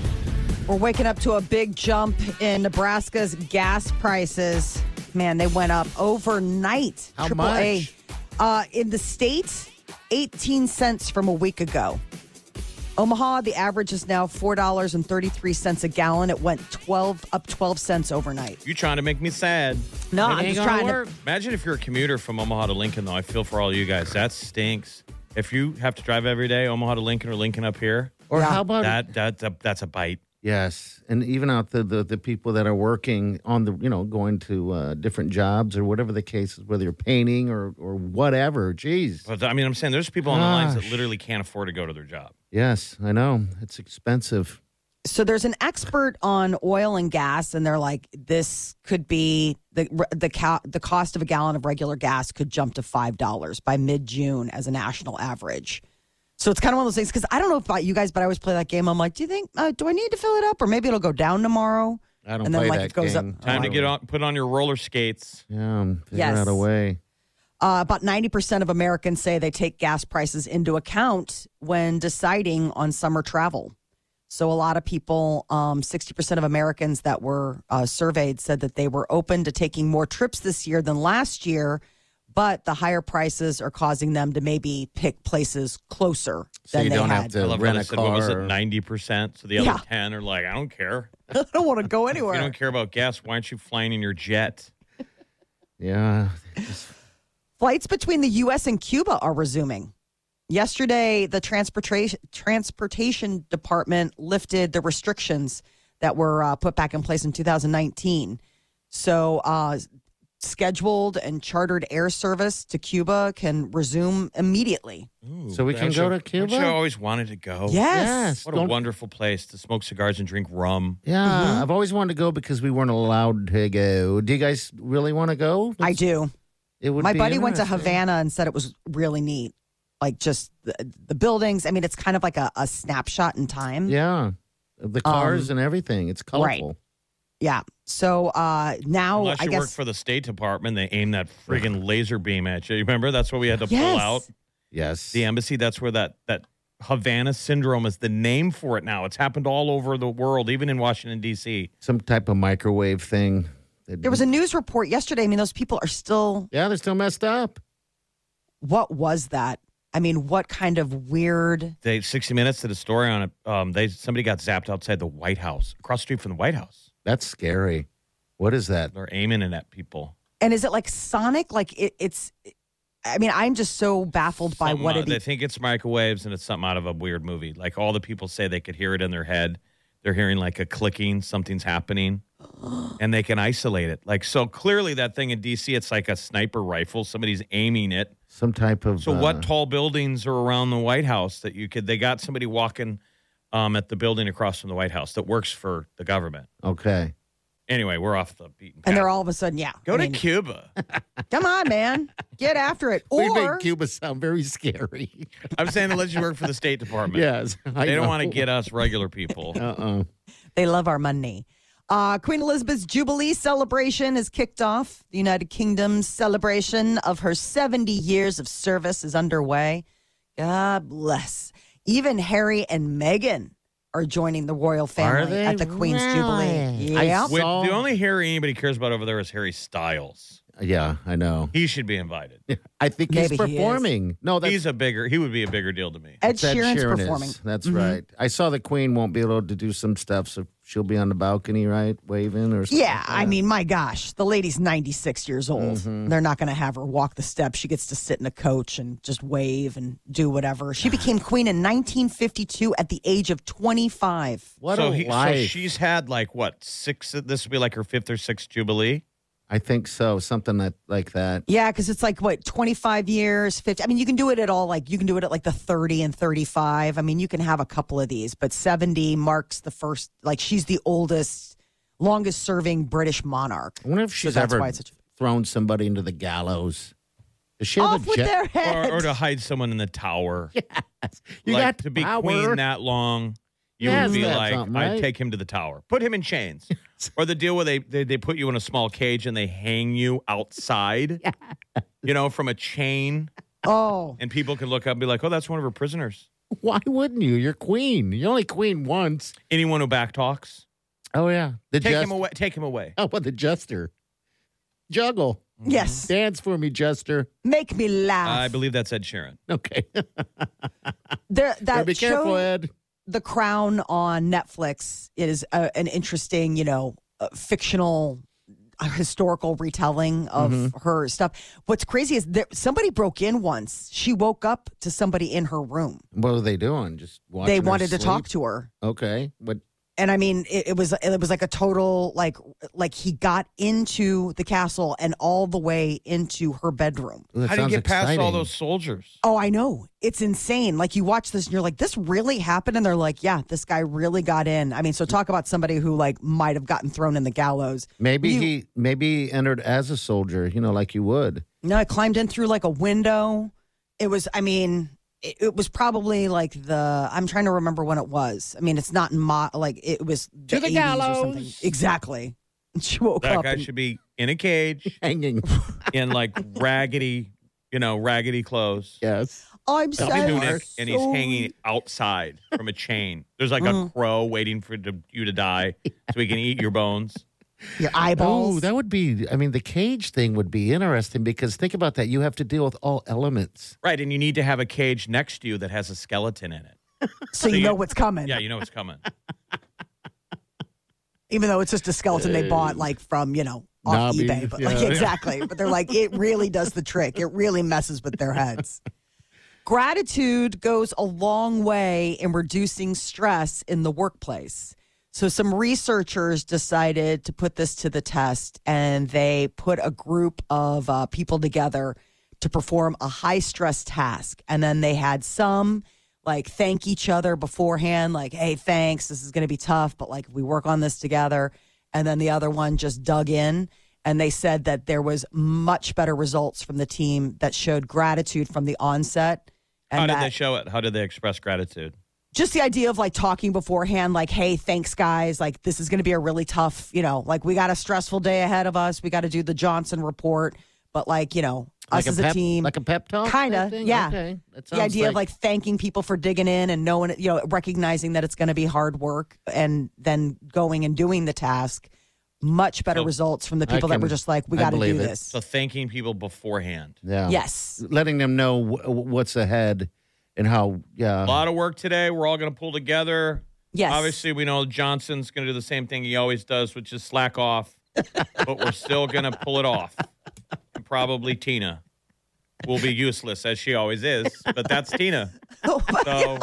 We're waking up to a big jump in Nebraska's gas prices. Man, they went up overnight. How Triple A. much? Uh, in the state, 18 cents from a week ago. Omaha, the average is now $4.33 a gallon. It went 12 up 12 cents overnight. You trying to make me sad? No, It I'm ain't just gonna trying work. to. Imagine if you're a commuter from Omaha to Lincoln, though. I feel for all you guys. That stinks. If you have to drive every day, Omaha to Lincoln or Lincoln up here, Or Yeah. how about that that, that that's a bite. Yes, and even out the, the the people that are working on the you know going to uh, different jobs or whatever the case is, whether you're painting or or whatever. Jeez, But I mean, I'm saying there's people on the lines that Gosh. literally can't afford to go to their job. yes, I know it's expensive. So there's an expert on oil and gas, and they're like, this could be the the ca- the cost of a gallon of regular gas could jump to five dollars by mid June as a national average. So it's kind of one of those things because I don't know about you guys, but I always play that game. I'm like, do you think uh, do I need to fill it up, or maybe it'll go down tomorrow? I don't And then, play like, that it goes up- game. Time to get on, put on your roller skates. Yeah, um, figure Yes. out a way. Uh, about 90% of Americans say they take gas prices into account when deciding on summer travel. So, a lot of people, um, 60% of Americans that were uh, surveyed said that they were open to taking more trips this year than last year, but the higher prices are causing them to maybe pick places closer So than you they don't had. have I to love how rent they a said, car. what was it, or- 90%? So the other Yeah. 10 are like, I don't care. I don't want to go If anywhere. you don't care about gas, why aren't you flying in your jet? yeah, Flights between the U.S. and Cuba are resuming. Yesterday, the transportation transportation department lifted the restrictions that were uh, put back in place in 2019. So, uh, scheduled and chartered air service to Cuba can resume immediately. So we can Don't go to you- don't Cuba? you always wanted to go. Oh. Yes. yes. What a don't- wonderful place to smoke cigars and drink rum. yeah, Mm-hmm. I've always wanted to go because we weren't allowed to go. Do you guys really want to go? I do. It would My be buddy went to interesting. Havana and said it was really neat. Like just the, the buildings. I mean, it's kind of like a, a snapshot in time. Yeah, the cars and everything. It's Um, right. colorful. Yeah. So uh, now Unless I you guess work for the State Department, they aim that friggin' laser beam at you. You remember? That's what we had to pull Yes. out. Yes. The embassy, that's where that, that Havana syndrome is the name for it now. It's happened all over the world, even in Washington, D.C. Some type of microwave thing. that- There was a news report yesterday. I mean, those people are still. Yeah, they're still messed up. What was that? I mean, what kind of weird? They 60 Minutes did a story on it. Um, they Somebody got zapped outside the White House, across the street from the White House. That's scary. What is that? They're aiming it at people. And is it like Sonic? Like it, it's. I mean, I'm just so baffled by Something what out- it uh, e they is. think it's microwaves and it's something out of a weird movie. Like all the people say they could hear it in their head. They're hearing like a clicking, something's happening, and they can isolate it. Like so clearly that thing in DC, it's like a sniper rifle. Somebody's aiming it. Some type of. So uh, what tall buildings are around the White House that you could they got somebody walking um, at the building across from the White House that works for the government. okay. Anyway, we're off the beaten path. And they're all of a sudden, yeah. Go I to mean, Cuba. come on, man, get after it. we Or make Cuba sound very scary. I'm saying unless you work for the State Department. yes. I They don't want to get us regular people. Uh oh. they love our money. Uh, Queen Elizabeth's Jubilee celebration is kicked off. The United Kingdom's celebration of her 70 years of service is underway. God bless. Even Harry and Meghan are joining the royal family they at the Queen's Jubilee. I Yep. Wait, Saul- the only Harry anybody cares about over there is Harry Styles. Yeah, I know. He should be invited. I think he's Maybe he is. performing. no, that's He's a bigger. He would be a bigger deal to me. Ed Ed Sheeran's Sheeran is. performing. Mm-hmm. That's right. I saw the Queen won't be allowed to do some stuff, so she'll be on the balcony, right, waving or something. Yeah, I mean, my gosh, the lady's 96 years old. Mm-hmm. They're not going to have her walk the steps. She gets to sit in a coach and just wave and do whatever. She became queen in 1952 at the age of 25. What so a he, life. So she's had like what six? This would be like her fifth or sixth jubilee. I think so. Something that like that. Yeah, because it's like what 25 years, 50. I mean, you can do it at all. Like you can do it at like the 30 and 35. I mean, you can have a couple of these, but 70 marks the first. Like she's the oldest, longest serving British monarch. I wonder if she's that's ever why it's such thrown somebody into the gallows. Does she have Off a with jet- their Or, or heads. to hide someone in the tower. You like, got to be power. queen that long. You Yeah, would be isn't that like, something, I'd right? take him to the tower, put him in chains, or the deal where they, they they put you in a small cage and they hang you outside, you know, from a chain, Oh, and people could look up and be like, oh, that's "Oh, one of her prisoners. Why wouldn't you? You're queen. You're only queen once. Anyone who backtalks, Oh yeah, the take jester. him away. Take him away. How about the jester? Juggle, Yes. dance for me, jester. Make me laugh. I believe that's Ed Sheeran. Okay, there, that be careful, eh? show, Ed. The Crown on Netflix is a, an interesting, you know, uh, fictional uh, historical retelling of Mm-hmm. her stuff. What's crazy is that somebody broke in once. She woke up to somebody in her room. What are they doing? Just watching. they her wanted to talk sleep? to her. Okay, but and I mean, it, it was it was like a total like like he got into the castle and all the way into her bedroom. that How do you sounds get past all exciting. those soldiers? Oh, I know, it's insane. Like you watch this and you're like, this really happened, and they're like, yeah, this guy really got in. I mean, so talk about somebody who like might have gotten thrown in the gallows. Maybe You- he maybe he entered as a soldier. You know, like you would. No, I climbed in through like a window. It was, I mean, it, it was probably like the. I'm trying to remember when it was. I mean, it's not mo- like it was the To the 80s or something. gallows. Exactly. She woke That up. guy and- should be in a cage Hanging. in like raggedy, you know, raggedy clothes. yes. I'm He's so Mm. doing it, and he's sorry. hanging outside from a chain. There's like a crow waiting for to, you to die so he can eat your bones. your Oh, eyeballs. that would be. I mean, the cage thing would be interesting because think about that. You have to deal with all elements. Right, and you need to have a cage next to you that has a skeleton in it. so you know what's coming. Yeah, you know it's coming. Even though it's just a skeleton they bought like from, you know, off Nobby, eBay. But yeah. like exactly. But they're like, it really does the trick. It really messes with their heads. Gratitude goes a long way in reducing stress in the workplace. So some researchers decided to put this to the test and they put a group of uh, people together to perform a high stress task. And then they had some like thank each other beforehand, like, hey, thanks, this is going to be tough, but like we work on this together. And then the other one just dug in and they said that there was much better results from the team that showed gratitude from the onset. And How did that- they show it? How did they express gratitude? just the idea of like talking beforehand, like, hey, thanks, guys. Like, this is going to be a really tough, you know, like we got a stressful day ahead of us. We got to do the Johnson report, but like, you know, us as a, pep, team, like a pep talk, type Kinda, thing? yeah. Okay, that the sounds idea of like thanking people for digging in and knowing, you know, recognizing that it's going to be hard work and then going and doing the task. Much better So, results from the I people that can- were just like, we I got to do believe it. uh, this. So thanking people beforehand. yeah, Yes. letting them know wh- what's ahead and how. Yeah, A lot of work today. We're all going to pull together. Yes. Obviously, we know Johnson's going to do the same thing he always does, which is slack off. but we're still going to pull it off. And probably Tina will be useless as she always is, but that's Tina. Oh my So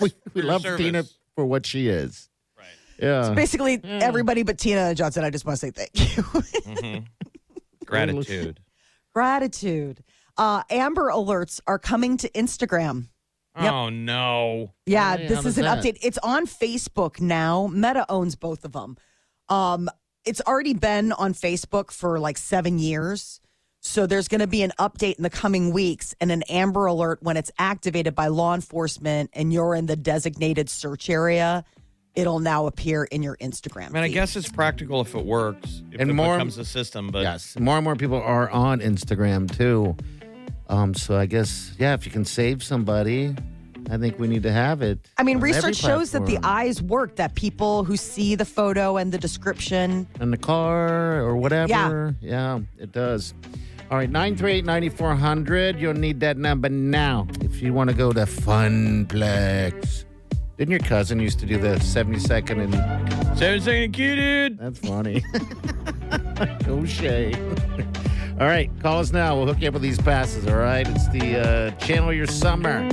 we, for we your love service. Tina for what she is. Right. Yeah, Basically, everybody but Tina Johnson. I just want to say thank you. Gratitude. Gratitude. Uh, Amber alerts are coming to Instagram. Oh no. Yeah, Really? this How is was an that? update. It's on Facebook now. Meta owns both of them. Um, it's already been on Facebook for like seven years. So there's going to be an update in the coming weeks and an Amber Alert when it's activated by law enforcement and you're in the designated search area. It'll now appear in your Instagram. I mean, I feed. guess it's practical if it works. If And it more- becomes a system, but yes. More and more people are on Instagram too. Um, so I guess yeah, if you can save somebody, I think we need to have it. I mean, on every research shows that the platform. eyes work, that people who see the photo and the description in the car or whatever. Yeah, it does. All right, 938 9400. You'll need that number now if you want to go to Funplex. Didn't your cousin used to do the 72nd and Seven second cue, dude. that's funny? O'Shea. All right, call us now. We'll hook you up with these passes, all right? It's the uh, Channel Your Summer.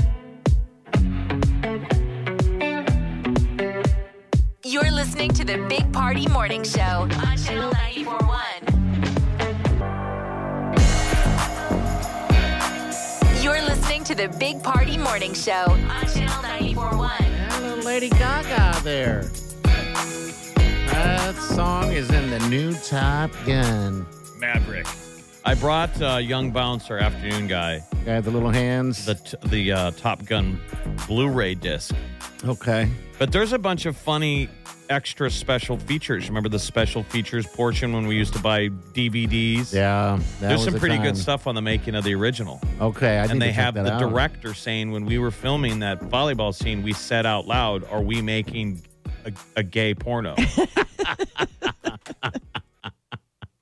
You're listening to the Big Party Morning Show on Channel 941. You're listening to the Big Party Morning Show on Channel 941. Hello, Lady Gaga there. That song is in the new Top Gun. Maverick. I brought uh, young bouncer afternoon guy Guy with the little hands. the t- the uh, Top Gun Blu-ray disc, okay. but there's a bunch of funny extra special features. Remember the special features portion when we used to buy DVDs? Yeah. that There's was some the pretty time. good stuff on the making of the original. Okay, I and need they to check have that the out. director saying when we were filming that volleyball scene, we said out loud, "Are we making a, a gay porno?"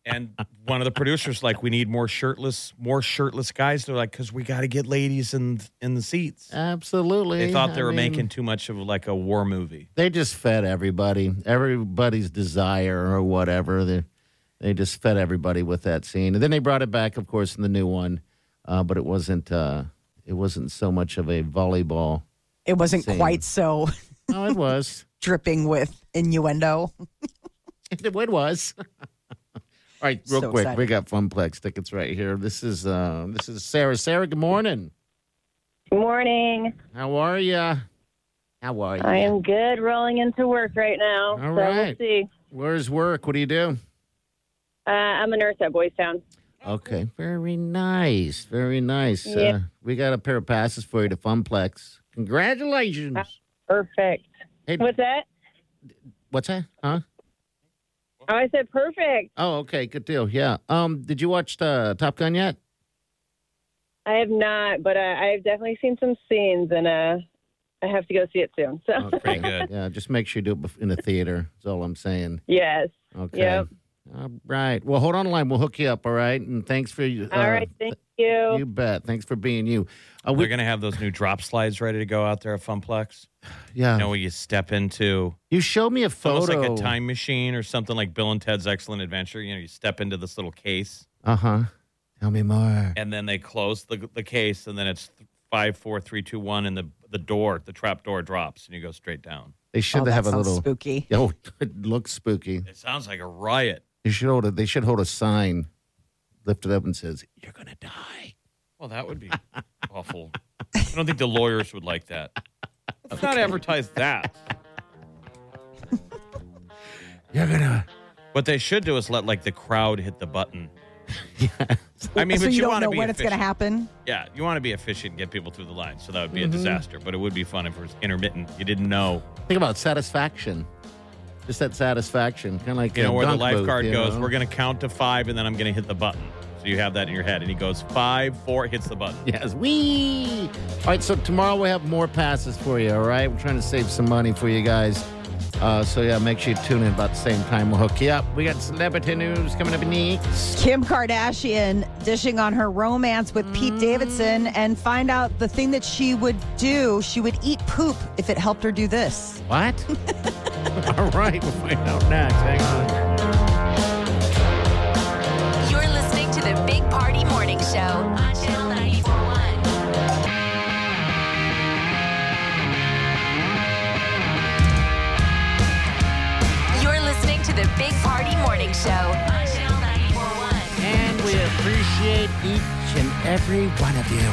and one of the producers like, "We need more shirtless, more shirtless guys." They're like, "Cause we got to get ladies in in the seats." Absolutely. They thought they Uh, I were mean, making too much of like a war movie. They just fed everybody, everybody's desire or whatever. They, they just fed everybody with that scene, and then they brought it back, of course, in the new one. Uh, but it wasn't. Uh, it wasn't so much of a volleyball. It wasn't Same. quite so No, it was. dripping with innuendo. Oh, it was. All right, real So quick, excited. we got Funplex tickets right here. This is uh, this is Sarah. Sarah, good morning. Morning. How are you? How are you? I am good rolling into work right now. All so we'll right. see. Where's work? What do you do? Uh, I'm a nurse at Boys Town. Okay, very nice, very nice. Uh, Yeah. we got a pair of passes for you to Funplex. Congratulations. Perfect. Hey, What's that? what's that? Huh? Oh, I said perfect. Oh, okay, good deal. Yeah. Um, did you watch the Top Gun yet? I have not, but uh, I've definitely seen some scenes, and uh, I have to go see it soon. So Okay. good. Yeah, just make sure you do it bef- in a theater. That's all I'm saying. yes. Okay. Yep. All right. Well, hold on a line. We'll hook you up. All right. And thanks for you. All right. Thank you. You bet. Thanks for being you. Uh, We're we, gonna have those new drop slides ready to go out there at Funplex. yeah. You Oh. know, where you step into you showed me a It's almost photo. like a time machine or something like Bill and Ted's Excellent Adventure. You know, you step into this little case, Uh huh. Tell me more. and then they close the the case, and then it's th- five, four, three, two, one, and the the door, the trap door drops, and you go straight down. They should Oh, that have a sounds little. spooky. Oh, it looks spooky. It sounds like a riot. You should hold a, They should hold a sign, lift it up, and says, "You're gonna die." Well, that would be awful. I don't think the lawyers would like that. Let's not advertise that. You're gonna. What they should do is let like the crowd hit the button. I mean, so but you, you, don't want know to be when it's going to efficient. happen. Yeah, you want to be efficient and get people through the line, so that would be Mm-hmm. a disaster. But it would be fun if it was intermittent. You didn't know. Think about satisfaction. Just that satisfaction, kind of like you know a where the dunk booth, lifeguard you goes know? we're going to count to five and then i'm going to hit the button so you have that in your head and he goes five four hits the button Yes, we. All right, so tomorrow we have more passes for you. All right, we're trying to save some money for you guys. Uh, so yeah, make sure you tune in about the same time. We'll hook you up. We got celebrity news coming up next. Kim Kardashian dishing on her romance with Pete Davidson and find out the thing that she would do. She would eat poop if it helped her do this. What? all right, we'll find out next. Hang on. You're listening to the Big Party Morning Show on Channel 941. You're listening to the Big Party Morning Show on Channel 941. And we appreciate each and every one of you.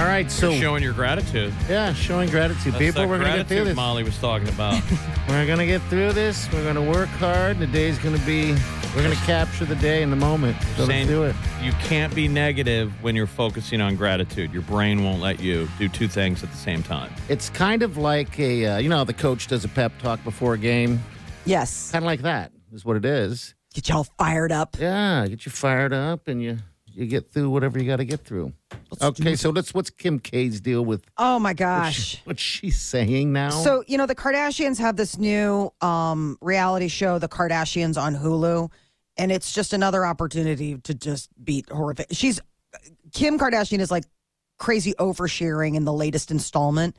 All right, so You're showing your gratitude yeah, showing gratitude. That's People, that we're gonna get gratitude through this. molly was talking about We're gonna get through this. We're gonna work hard. The day's gonna be. We're gonna capture the day and the moment. So Saying let's do it. you can't be negative when you're focusing on gratitude your brain won't let you do two things at the same time It's kind of like a, uh, you know, how the coach does a pep talk before a game. Yes. Kind of like that is what it is. Get y'all fired up. Yeah, get you fired up and you you get through whatever you got to get through. okay, so let's what's Kim K's deal with Oh my gosh. what she's saying now? So, you know, the Kardashians have this new um, reality show, The Kardashians on Hulu, and it's just another opportunity to just beat horrific. She's Kim Kardashian is like crazy oversharing in the latest installment.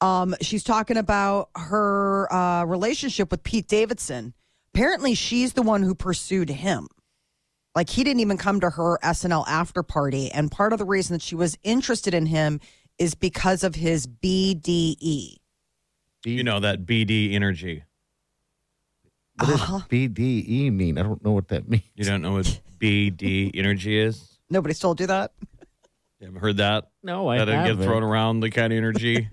Um, she's talking about her uh, relationship with Pete Davidson. Apparently, she's the one who pursued him. Like he didn't even come to her SNL after party, and part of the reason that she was interested in him is because of his E. BDE. you know that bd energy what does uh-huh. BDE mean? I don't know what that means. you don't know what bd energy is Nobody's told you that? you ever heard that No, I that haven't. get thrown around the kind of energy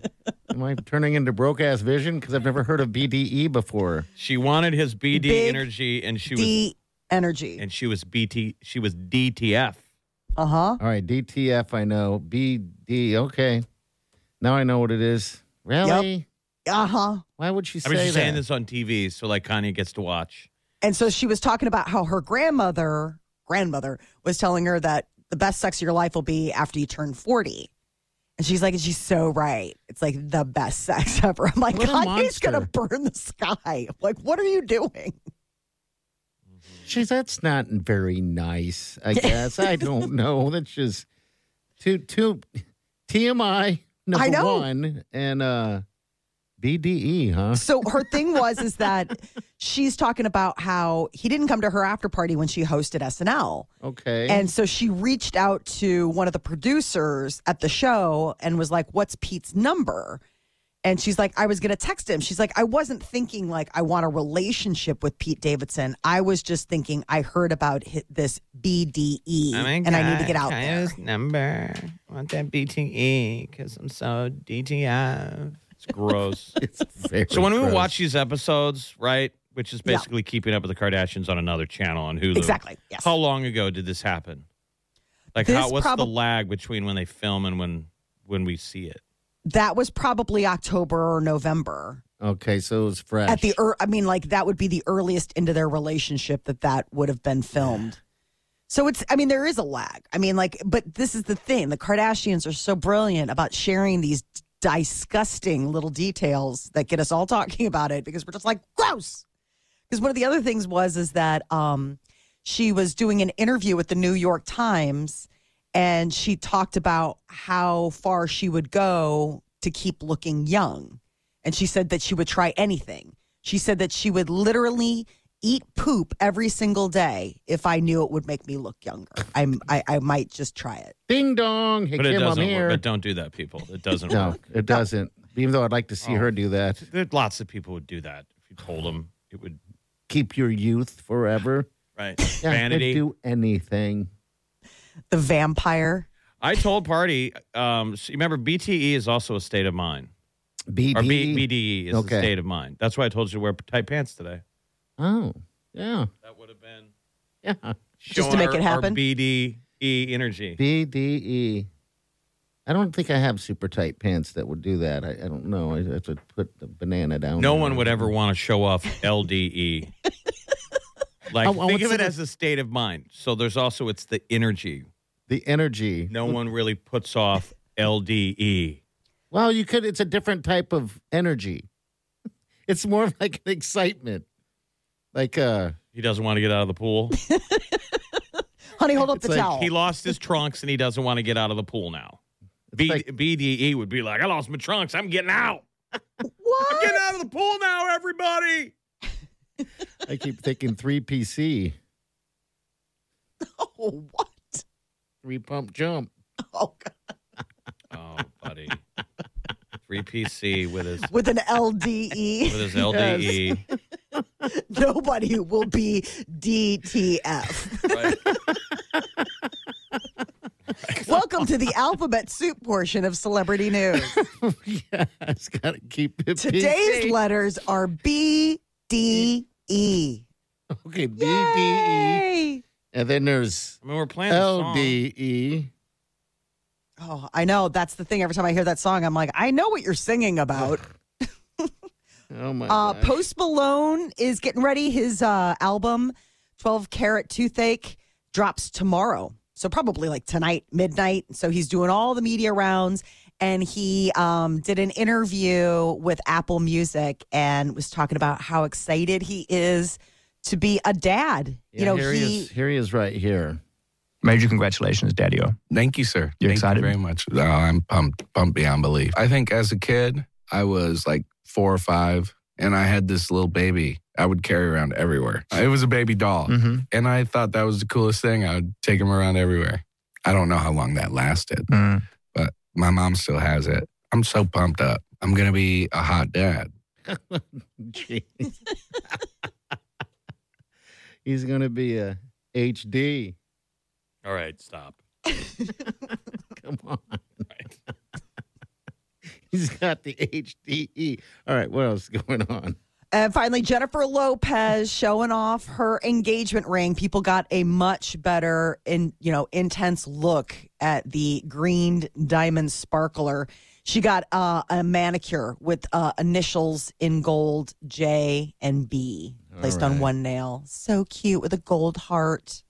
Am I turning into broke ass vision because I've never heard of BDE before? she wanted his bd Big energy and she was D energy. and she was bt she was dtf Uh huh. All right, E, DTF, I know BD. Okay, now I know what it is. Really? Uh huh. Why would she I say mean, she's that? saying this on TV, so like Kanye gets to watch. And so she was talking about how her grandmother, grandmother, was telling her that the best sex of your life will be after you turn 40. And she's like, and she's so right. It's like the best sex ever. I'm like, What a God, he's going to monster. burn the sky. I'm like, what are you doing? She's that's not very nice. I guess I don't know. That's just too too TMI number I know. one and uh BDE, huh? So her thing was, is that she's talking about how he didn't come to her after party when she hosted SNL. Okay. And so she reached out to one of the producers at the show and was like, What's Pete's number? And she's like, I was going to text him. She's like, I wasn't thinking like I want a relationship with Pete Davidson. I was just thinking I heard about hi- this BDE E, Oh and I need to get out there. number. I want that BTE because I'm so DTF. It's gross. it's very so when we gross. watch these episodes, right, which is basically keeping up with the Kardashians on another channel on Hulu. Exactly. Yes. How long ago did this happen? Like, This how, what's the prob- lag between when they film and when when we see it? That was probably October or November. okay, so it was fresh. At the, ear I mean, like that would be the earliest into their relationship that that would have been filmed. So it's, I mean, there is a lag. I mean, like, but this is the thing: the Kardashians are so brilliant about sharing these disgusting little details that get us all talking about it because we're just like gross. Because one of the other things was is that um, she was doing an interview with the New York Times, and she talked about how far she would go to keep looking young, and she said that she would try anything. She said that she would literally eat poop every single day if I knew it would make me look younger. I'm I, I might just try it. Ding dong. Hey But it Kim, I'm doesn't here. work. But don't do that, people. It doesn't no, work. it doesn't. Even though I'd like to see Oh. her do that. There, lots of people would do that if you told them. It would, Keep your youth forever. right? Yeah, Vanity. I'd do anything. The vampire. I told Party, um, so you remember BTE is also a state of mind. BD. Or B- E. BDE is E. Okay. a state of mind. That's why I told you to wear tight pants today. Oh, yeah. That would have been Yeah. Just to make our, it happen? Our BDE E energy. BDE. E. I don't think I have super tight pants that would do that. I, I don't know. I have to put the banana down. no there. one would ever want to show off LDE. like, I- I think would of say it that- as a state of mind. So there's also, it's the energy. The energy. No one really puts off E. LDE. Well, you could. It's a different type of energy. It's more of like an excitement. Like, uh, He doesn't want to get out of the pool. Honey, hold up the like towel. He lost his trunks and he doesn't want to get out of the pool now. B- like- BDE would be like, I lost my trunks. I'm getting out. what? I'm getting out of the pool now, everybody. I keep thinking 3PC, Oh, what? three pump jump. Oh, God. Oh, buddy. 3PC with his With an LDE, with his E. LDE. nobody will be DTF. Right. Welcome to the alphabet soup portion of celebrity news. yeah, it's got to keep it. Today's PC. letters are B, D, E. Okay, BDE. And then there's I mean, we're playing the song. E. LDE. Oh, I know. That's the thing. Every time I hear that song, I'm like, I know what you're singing about. Oh, my Uh, gosh. Post Malone is getting ready. His uh, album, 12 Carat Toothache, drops tomorrow. So, probably like tonight, midnight. So, he's doing all the media rounds. And he um, did an interview with Apple Music and was talking about how excited he is to be a dad. Yeah, you know, here he. is. Here he is right here. Major congratulations, Daddy O. Thank you, sir. You're Thank excited? you very much. Oh, I'm pumped, pumped beyond belief. I think as a kid, I was like four or five, and I had this little baby I would carry around everywhere. It was a baby doll, Mm-hmm. and I thought that was the coolest thing. I would take him around everywhere. I don't know how long that lasted. Mm. My mom still has it. I'm so pumped up. I'm gonna be a hot dad. Gee. He's gonna be a HD. All right, stop. Come on. He's got the HDE. All right, what else is going on? And Uh, finally, Jennifer Lopez showing off her engagement ring. People got a much better and you know intense look at the green diamond sparkler. She got uh, a manicure with uh, initials in gold J and B placed on one nail. So cute with a gold heart.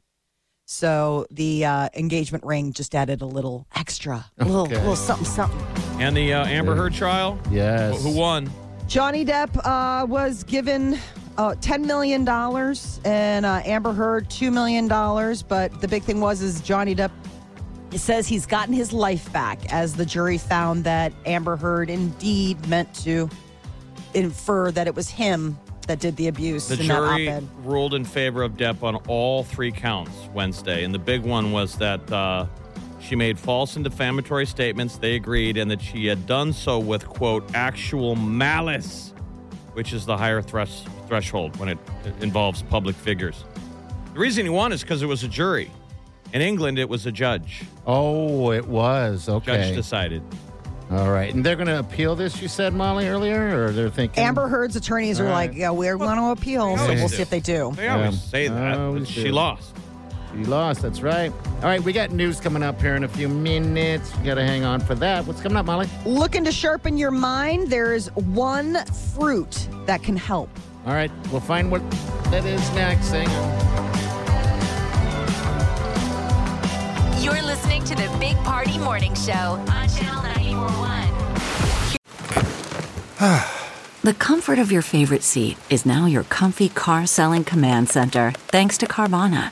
So the uh, engagement ring just added a little extra, a little, Okay. little something, something. And the uh, Amber Heard trial? Yes. Who won? Johnny Depp uh, was given uh, ten million dollars and uh, Amber Heard two million dollars. But the big thing was is Johnny Depp says he's gotten his life back as the jury found that Amber Heard indeed meant to infer that it was him that did the abuse. The in that jury op-ed. ruled in favor of Depp on all three counts Wednesday. And the big one was that uh, she made false and defamatory statements. They agreed, and that she had done so with, quote, actual malice, which is the higher thresh- threshold when it involves public figures. The reason he won is because it was a jury. In England, it was a judge. Oh, it was. Okay. Judge decided. All right. And they're going to appeal this, you said, Molly, earlier? Or they're thinking. Amber Heard's attorneys All are right. like, yeah, we're going to appeal, so always we'll do. see if they do. They always say that, always but she do. lost. She lost. That's right. All right. We got news coming up here in a few minutes. We got to hang on for that. What's coming up, Molly? Looking to sharpen your mind, there is one fruit that can help. All right. We'll find what that is next. Hang on. You're listening to the Big Party Morning Show on Channel 941. The comfort of your favorite seat is now your comfy car selling command center, thanks to Carvana.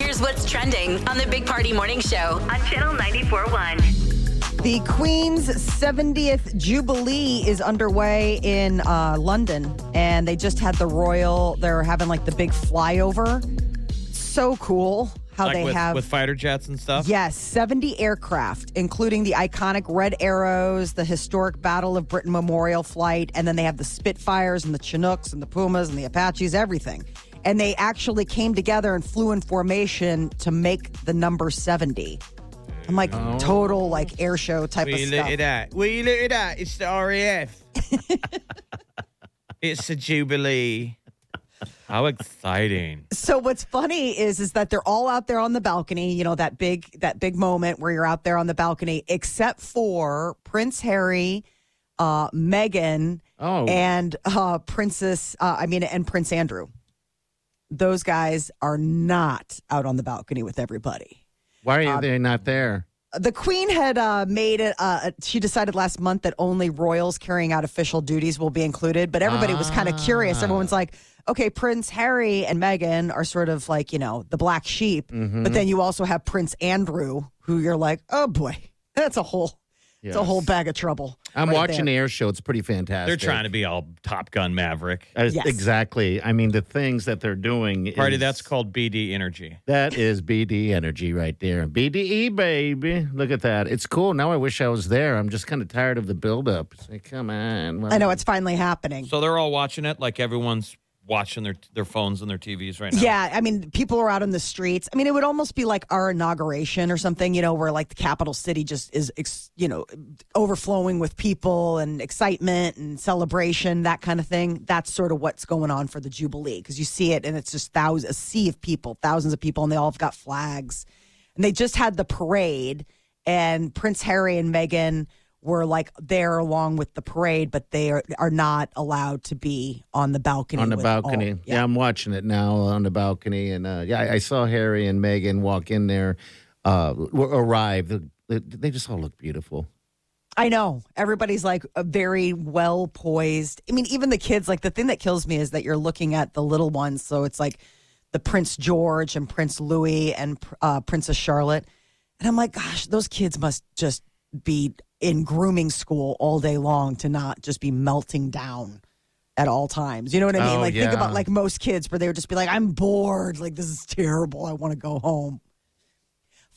Here's what's trending on the Big Party Morning Show on Channel 941. The Queen's 70th Jubilee is underway in uh, London, and they just had the royal. They're having like the big flyover. So cool how like they with, have. with fighter jets and stuff. Yes, 70 aircraft, including the iconic Red Arrows, the historic Battle of Britain Memorial flight, and then they have the Spitfires and the Chinooks and the Pumas and the Apaches, everything. And they actually came together and flew in formation to make the number 70. I'm like total like air show type of stuff. at? Will you look at that? It's the RAF. it's a jubilee. How exciting! So what's funny is is that they're all out there on the balcony, you know, that big that big moment where you're out there on the balcony, except for Prince Harry, uh, Meghan, oh. and uh, Princess uh, I mean and Prince Andrew. Those guys are not out on the balcony with everybody Why are they not there? the queen had uh, made it uh, she decided last month that only royals carrying out official duties will be included but everybody was kind of Ah. curious everyone's like okay prince harry and meghan are sort of like you know the black sheep Mm-hmm. but then you also have prince andrew who you're like oh boy that's a whole it's a Yes. whole bag of trouble I'm right watching there. the air show. It's pretty fantastic. They're trying to be all Top Gun Maverick. Uh, Exactly. I mean, the things that they're doing. Party. is- That's called BD Energy. That is BD energy right there. BDE, baby. Look at that. It's cool. Now I wish I was there. I'm just kind of tired of the buildup. It's like, come on. i know it's finally happening So they're all watching it, like everyone's watching their their phones and their TVs right now. Yeah, I mean, people are out in the streets. I mean, it would almost be like our inauguration or something, you know, where like the capital city just is, ex- you know, overflowing with people and excitement and celebration, that kind of thing. That's sort of what's going on for the Jubilee because you see it and it's just thousands, a sea of people, thousands of people, and they all have got flags. And they just had the parade, and Prince Harry and Meghan were like there along with the parade, but they are, are not allowed to be on the balcony. on the with all- balcony. yeah. I'm watching it now on the balcony, and uh, yeah, I, I saw Harry and Megan walk in there, uh, w- arrive. They, they just all look beautiful. I know. Everybody's like uh, very well poised. I mean, even the kids, like the thing that kills me is that you're looking at the little ones. So it's like the Prince George and Prince Louis and uh, Princess Charlotte. And I'm like, gosh, those kids must just be in grooming school all day long to not just be melting down at all times. You know what I mean? Oh, like, think yeah. about like most kids where they would just be like, I'm bored. Like, this is terrible. I want to go home.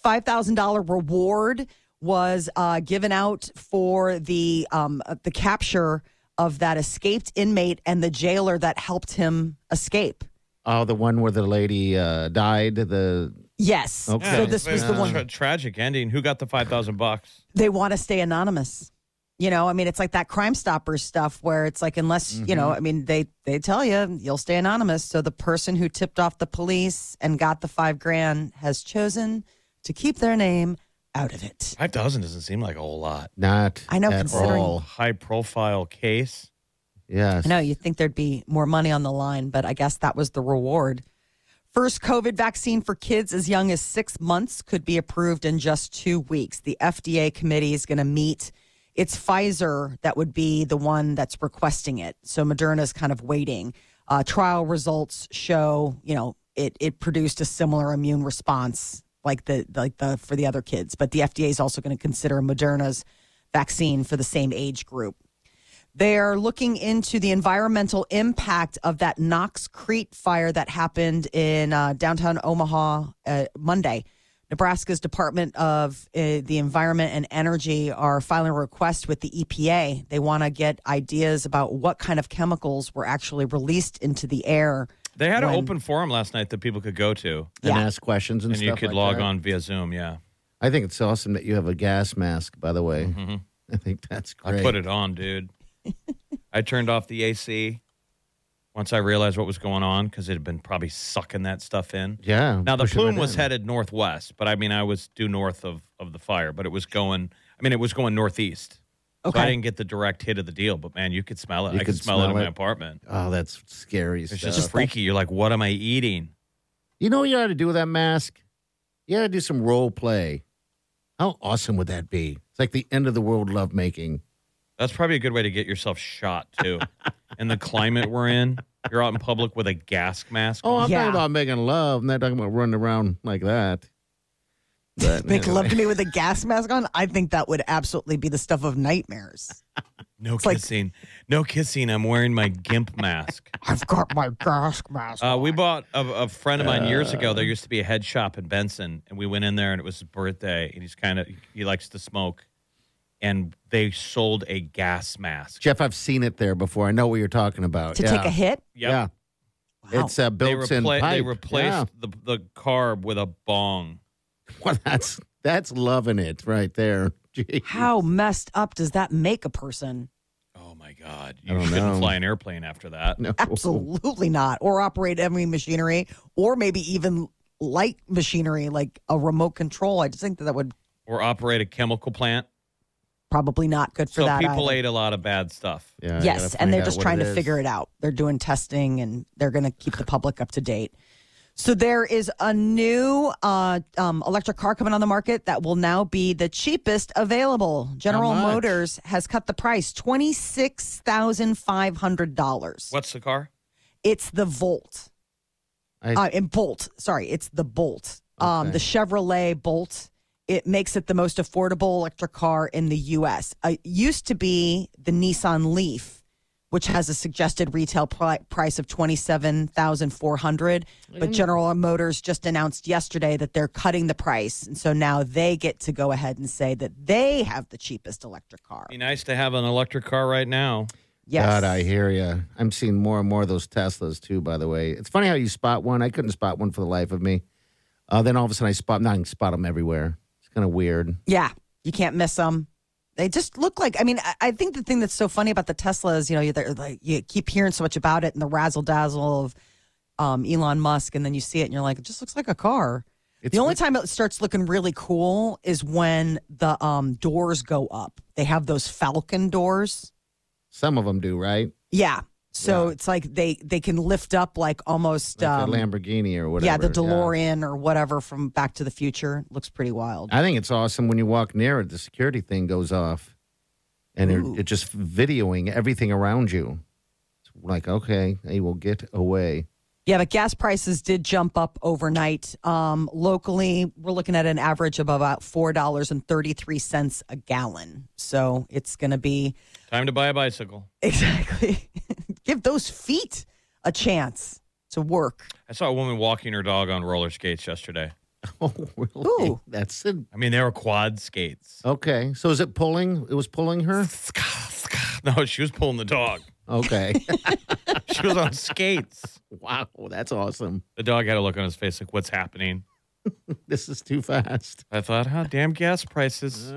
$5,000 reward was uh, given out for the um, uh, the capture of that escaped inmate and the jailer that helped him escape. Oh, the one where the lady uh, died. The Yes. Okay. So this was the Tra- one tragic ending. Who got the five thousand bucks? they want to stay anonymous. You know, I mean, it's like that Crime Stoppers stuff where it's like, unless you know, Mhm. I mean, they they tell you you'll stay anonymous. So the person who tipped off the police and got the five grand has chosen to keep their name out of it. Five thousand doesn't seem like a whole lot. Not I know, at considering- all. high profile case. Yes. I know you'd think there'd be more money on the line, but I guess that was the reward. First COVID vaccine for kids as young as six months could be approved in just two weeks. The FDA committee is going to meet. It's Pfizer that would be the one that's requesting it. So Moderna's kind of waiting. Uh, trial results show, you know, it it produced a similar immune response like the like the for the other kids. But the FDA is also going to consider Moderna's vaccine for the same age group. They're looking into the environmental impact of that Knox Creek fire that happened in uh, downtown Omaha uh, Monday. Nebraska's Department of uh, the Environment and Energy are filing a request with the EPA. They want to get ideas about what kind of chemicals were actually released into the air. They had an when- open forum last night that people could go to And Yeah. ask questions and you stuff could like log that. on via Zoom. Yeah, I think it's awesome that you have a gas mask. By the way, I think that's great. Mm-hmm. I put it on, dude. I turned off the AC once I realized what was going on because it had been probably sucking that stuff in. Yeah. Now the push it right plume was in. headed northwest, but I mean I was due north of of the fire, but it was going. I mean it was going northeast. So I Okay. didn't get the direct hit of the deal, but man, you could smell it. You I could could smell, it smell in my it. apartment. Oh, that's scary It's stuff. just freaky. You're like, what am I eating? You know what you ought to do with that mask? You ought to do some role play. How awesome would that be? It's like the end of the world lovemaking. That's probably a good way to get yourself shot too. and the climate we're in, you're out in public with a gas mask. Oh, I'm on. not about making love. I'm not talking about running around like that. But Make anyway. love to me with a gas mask on? I think that would absolutely be the stuff of nightmares. No kissing. no kissing. I'm wearing my gimp mask. I've got my gas mask. Oh, Uh, we bought a, a friend of mine years ago. There used to be a head shop in Benson, and we went in there, and it was his birthday, and he's kind of he likes to smoke, and they sold a gas mask. Jeff, I've seen it there before. I know what you're talking about. To Yeah. take a hit? Mm. Yep. Yeah. It's a They, built-in repla- they pipe. replaced Yeah. the the carb with a bong. Well, that's that's loving it right there. Gee. How messed up does that make a person? Oh my God! I You don't shouldn't know. fly an airplane after that. No. Absolutely not. Or operate any machinery, or maybe even light machinery like a remote control. I just think that that would Or operate a chemical plant. probably not good for So that. people either. ate a lot of bad stuff. yes, and they're just trying to figure it out. They're doing testing and they're going to keep the public up to date. So there is a new uh, um, electric car coming on the market that will now be the cheapest available. General much? Motors has cut the price twenty six thousand five hundred dollars. What's the car? It's the Volt. I- uh, and Bolt. Sorry, it's the Bolt. Um, Okay. the Chevrolet Bolt. It makes it the most affordable electric car in the U.S. Uh, It used to be the Nissan Leaf, which has a suggested retail pri- price of twenty seven thousand four hundred. But Mm. General Motors just announced yesterday that they're cutting the price, and so now they get to go ahead and say that they have the cheapest electric car. Be nice to have an electric car right now. Yes. God, I hear you. I'm seeing more and more of those Teslas too. By the way, it's funny how you spot one. I couldn't spot one for the life of me. Uh, then all of a sudden, I spot. Now I can spot them everywhere. It's kind of weird. Yeah, you can't miss them. They just look like. I mean, I, I think the thing that's so funny about the Tesla is, you know, you're like you keep hearing so much about it and the razzle dazzle of um, Elon Musk, and then you see it and you're like, it just looks like a car. the only time it starts looking really cool is when the um, doors go up. They have those Falcon doors. Some of them do, right? Yeah. So it's like they they can lift up like almost Like um, a Lamborghini or whatever. Yeah, the DeLorean or whatever from Back to the Future looks pretty wild. I think it's awesome when you walk near it. The security thing goes off, and Ooh. they're, it just videoing everything around you. It's like, okay, they will get away. Yeah, but gas prices did jump up overnight. Um, locally, we're looking at an average of about four dollars and thirty three cents a gallon. So it's going to be Time to buy a bicycle. exactly give those feet a chance to work. I saw a woman walking her dog on roller skates yesterday. Oh, really? Ooh. That's it. I mean, they were quad skates. Okay. So is it pulling? It was pulling her? No, she was pulling the dog. Okay. She was on skates. wow. That's awesome. The dog had a look on his face like, what's happening? This is too fast. I thought, huh, damn gas prices.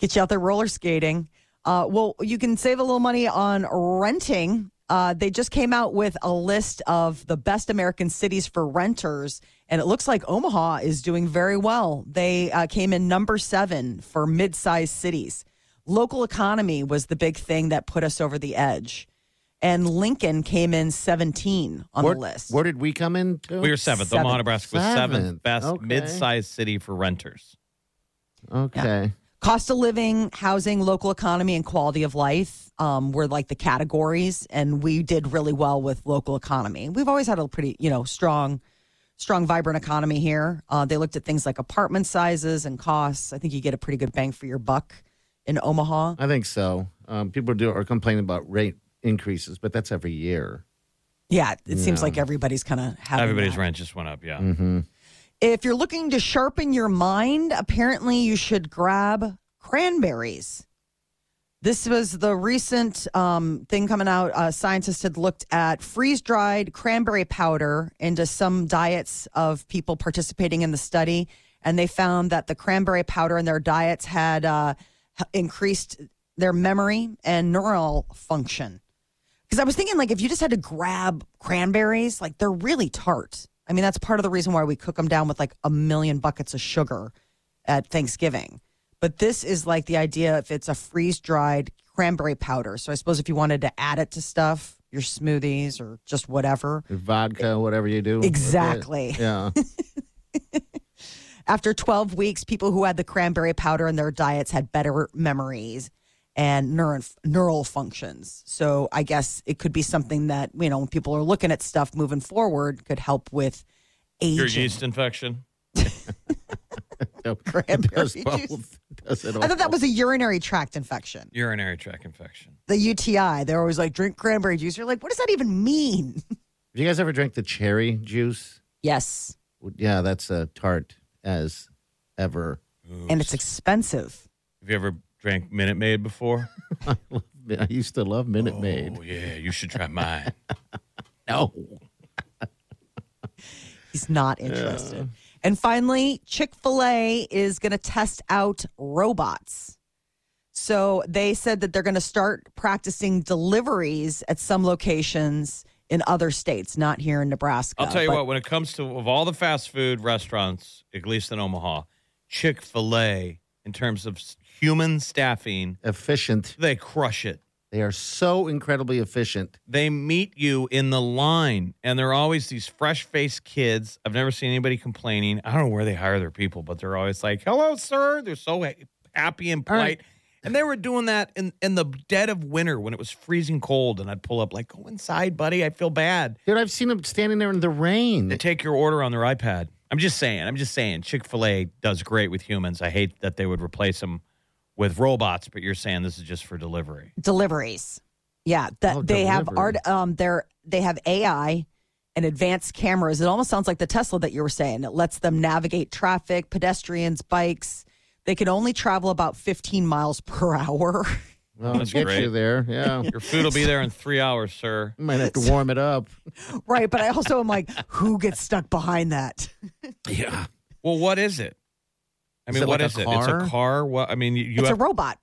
Get you out there roller skating. Uh, well, you can save a little money on renting. Uh, they just came out with a list of the best American cities for renters, and it looks like Omaha is doing very well. They uh, came in number seven for mid sized cities. Local economy was the big thing that put us over the edge. And Lincoln came in 17 on where, the list. Where did we come in? to? We were seventh. Omaha, Nebraska was seventh best Okay. mid-sized city for renters. Okay. cost of living, housing, local economy, and quality of life um, were like the categories, and we did really well with local economy. We've always had a pretty, you know, strong, strong, vibrant economy here. Uh, they looked at things like apartment sizes and costs. I think you get a pretty good bang for your buck in Omaha. I think so. Um, people do are complaining about rate increases, but that's every year. Yeah, it seems Yeah. like everybody's kind of having Everybody's that. rent just went up, yeah. Mm-hmm. If you're looking to sharpen your mind, apparently you should grab cranberries. This was the recent um, thing coming out. Uh, scientists had looked at freeze dried cranberry powder into some diets of people participating in the study, and they found that the cranberry powder in their diets had uh, h- increased their memory and neural function. Because I was thinking, like, if you just had to grab cranberries, like, they're really tart. I mean, that's part of the reason why we cook them down with like a million buckets of sugar at Thanksgiving. But this is like the idea if it's a freeze dried cranberry powder. So I suppose if you wanted to add it to stuff, your smoothies or just whatever. Vodka, whatever you do. E-, Exactly. Yeah. After 12 weeks, people who had the cranberry powder in their diets had better memories and neuron, neural functions. So I guess it could be something that, you know, when people are looking at stuff moving forward, could help with Your aging. yeast infection. It does Cranberry both. juice. It does it all. I thought that was a urinary tract infection. Urinary tract infection. The UTI. They're always like, drink cranberry juice. You're like, what does that even mean? Have you guys ever drank the cherry juice? Yes. Yeah, that's a tart as ever. And it's expensive. Have you ever drank Minute Maid before? I used to love Minute Maid. Oh yeah, you should try mine. No. He's not interested. And finally, Chick fil A is going to test out robots. So they said that they're going to start practicing deliveries at some locations in other states, not here in Nebraska. I'll tell you Uh, But what, when it comes to of all the fast food restaurants, at least in Omaha, Chick fil A, in terms of s- human staffing, Efficient. they crush it. They are so incredibly efficient. They meet you in the line, and they're always these fresh faced kids. I've never seen anybody complaining. I don't know where they hire their people, but they're always like, hello, sir. They're so ha- happy and polite. And they were doing that in, in the dead of winter when it was freezing cold. And I'd pull up, like, go inside, buddy. I feel bad. Dude, I've seen them standing there in the rain. They take your order on their iPad. I'm just saying. I'm just saying. Chick fil A does great with humans. I hate that they would replace them with robots, but you're saying this is just for delivery. Deliveries. Yeah. That Oh, they have delivery. art um they're they have AI and advanced cameras. It almost sounds like the Tesla that you were saying. It lets them navigate traffic, pedestrians, bikes. They can only travel about 15 miles per hour. Well, I'll get you there. Yeah. Your food will be there in three hours, sir. You might have to warm it up. Right, but I also am like, who gets stuck behind that? Yeah. Well, what is it? I Is mean, it what like a is it? It's a car? car. What I mean, you, you it's have, a robot.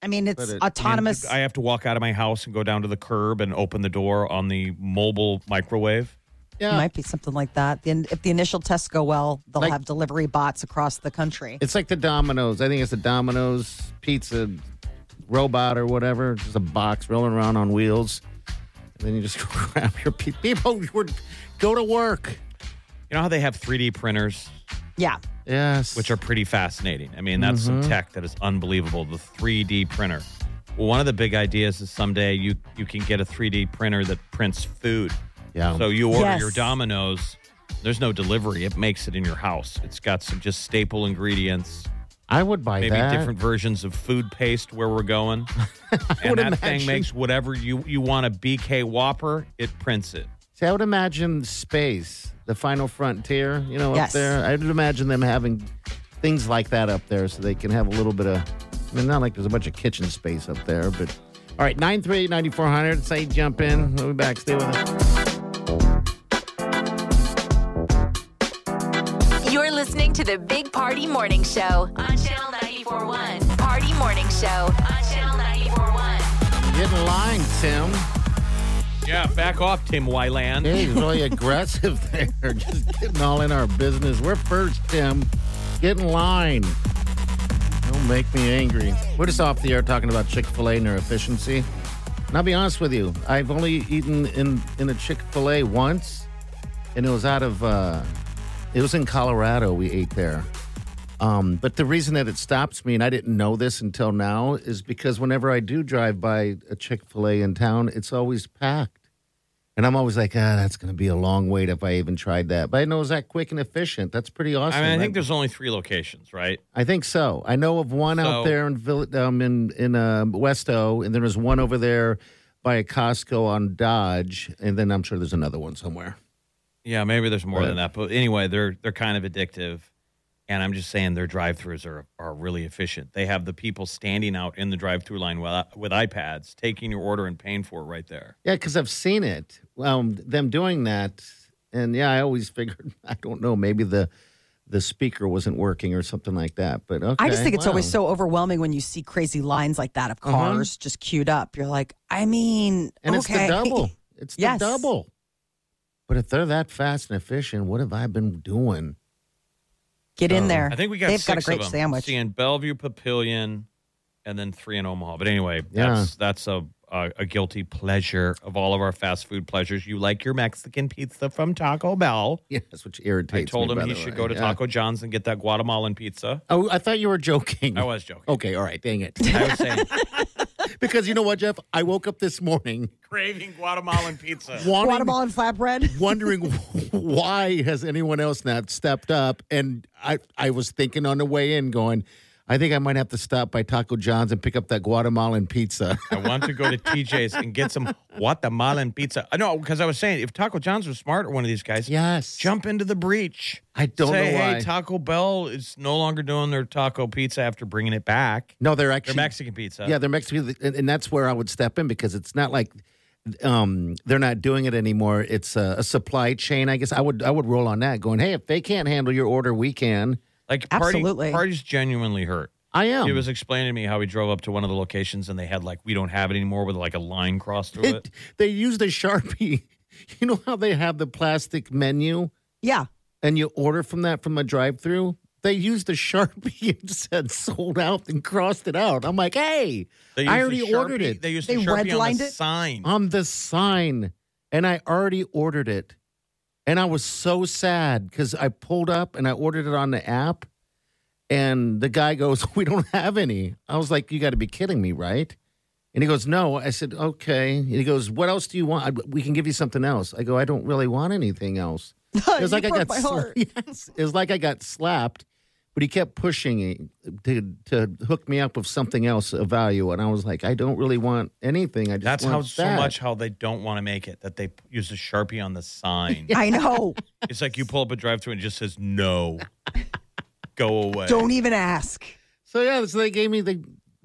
I mean, But it's it- autonomous. I, mean, I have to walk out of my house and go down to the curb and open the door on the mobile microwave. It might be something like that. Then, if the initial tests go well, they'll Like- have delivery bots across the country. It's like the Domino's. I think it's the Domino's pizza robot or whatever. It's Just a box rolling around on wheels. And then you just grab your pe- people. you Were, go to work. You know how they have 3D printers, Yeah. Yes. which are pretty fascinating. I mean, that's some Mhm. tech that is unbelievable. The 3D printer. Well, one of the big ideas is someday you you can get a 3D printer that prints food. Yeah. So you order Yes. your Domino's. There's no delivery. It makes it in your house. It's got some just staple ingredients. I would buy maybe that. different versions of food paste where we're going. and that would thing imagine. makes whatever you you want a BK Whopper. It prints it. See, I would imagine space, the final frontier, you know, Yes. up there. I would imagine them having things like that up there so they can have a little bit of, I mean, not like there's a bunch of kitchen space up there, but all right, 938 9400. Say jump in. We'll be back. Stay with us. You're listening to the Big Party Morning Show on Channel 941. Party Morning Show on Channel 941. Get in line, Tim. Yeah, back off, Tim Wyland. Hey, he's really aggressive there. Just getting all in our business. We're first, Tim. Get in line. Don't make me angry. We're just off the air talking about Chick fil A and their efficiency. And I'll be honest with you, I've only eaten in, in a Chick fil A once, and it was out of, uh, it was in Colorado we ate there. Um, but the reason that it stops me, and I didn't know this until now, is because whenever I do drive by a Chick fil A in town, it's always packed. And I'm always like, ah, that's going to be a long wait if I even tried that. But I know it was that quick and efficient. That's pretty awesome. I mean, I That- think there's only three locations, right? I think so. I know of one out So- there in Vill- um, in in um, Westo, and then there's one over there by a Costco on Dodge, and then I'm sure there's another one somewhere. Yeah, maybe there's more than Right. that. But anyway, they're they're kind of addictive. And I'm just saying their drive-throughs are, are really efficient. They have the people standing out in the drive-through line with, with iPads, taking your order and paying for it right there. Yeah, because I've seen it, um, them doing that, and yeah, I always figured I don't know maybe the the speaker wasn't working or something like that. But okay, I just think it's wow. Mm-hmm. always so overwhelming when you see crazy lines like that of cars just queued up. You're like, I mean, and it's okay. the double. It's the Yes. double. But if they're that fast and efficient, what have I been doing? Get in there. Oh, I think we got They've got a six great of them. sandwich. Seeing Bellevue, Papillion, and then three in Omaha. But anyway, Yeah. that's that's a, a a guilty pleasure of all of our fast food pleasures. You like your Mexican pizza from Taco Bell. Yes, which irritates. I told me, him by he the should way. go to Yeah. Taco John's and get that Guatemalan pizza. Oh, I thought you were joking. I was joking. Okay, all right, dang it. I was saying because you know what, Jeff? I woke up this morning craving Guatemalan pizza. wanting- Guatemalan flatbread. wondering why has anyone else not stepped up, and I I was thinking on the way in going. I think I might have to stop by Taco John's and pick up that Guatemalan pizza. I want to go to TJ's and get some Guatemalan pizza. Uh, No, because I was saying if Taco John's was smart or one of these guys, yes, jump into the breach. I don't Say, know why. hey, Taco Bell is no longer doing their taco pizza after bringing it back. no, they're actually Their Mexican pizza. Yeah, they're Mexican, and, and that's where I would step in because it's not like um, they're not doing it anymore. It's a, a supply chain, I guess. I would I would roll on that, going, hey, if they can't handle your order, we can. Like party, Absolutely. party's genuinely hurt. I am. He was explaining to me how he drove up to one of the locations and they had like we don't have it anymore with like a line crossed through it. It- they use the sharpie. You know how they have the plastic menu, yeah, and you order from that from a drive-through. They used the sharpie and said sold out and crossed it out. I'm like, hey, They used I the already Sharpie- ordered it. They used the Sharpie on the sign. on the sign and I already ordered it. And I was so sad because I pulled up and I ordered it on the app. And the guy goes, We don't have any. I was like, You got to be kidding me, right? And he goes, No. I said, Okay. And he goes, What else do you want? I- we can give you something else. I go, I don't really want anything else. It was You like I got broke my sla- heart. yes, it was like I got slapped, but he kept pushing it to to hook me up with something else of value, and I was like, I don't really want anything. I just That's want how so that. much how they don't want to make it that they p- use the Sharpie on the sign. I know. It's like you pull up a drive through and it just says no. Go away. Don't even ask. So yeah, so they gave me they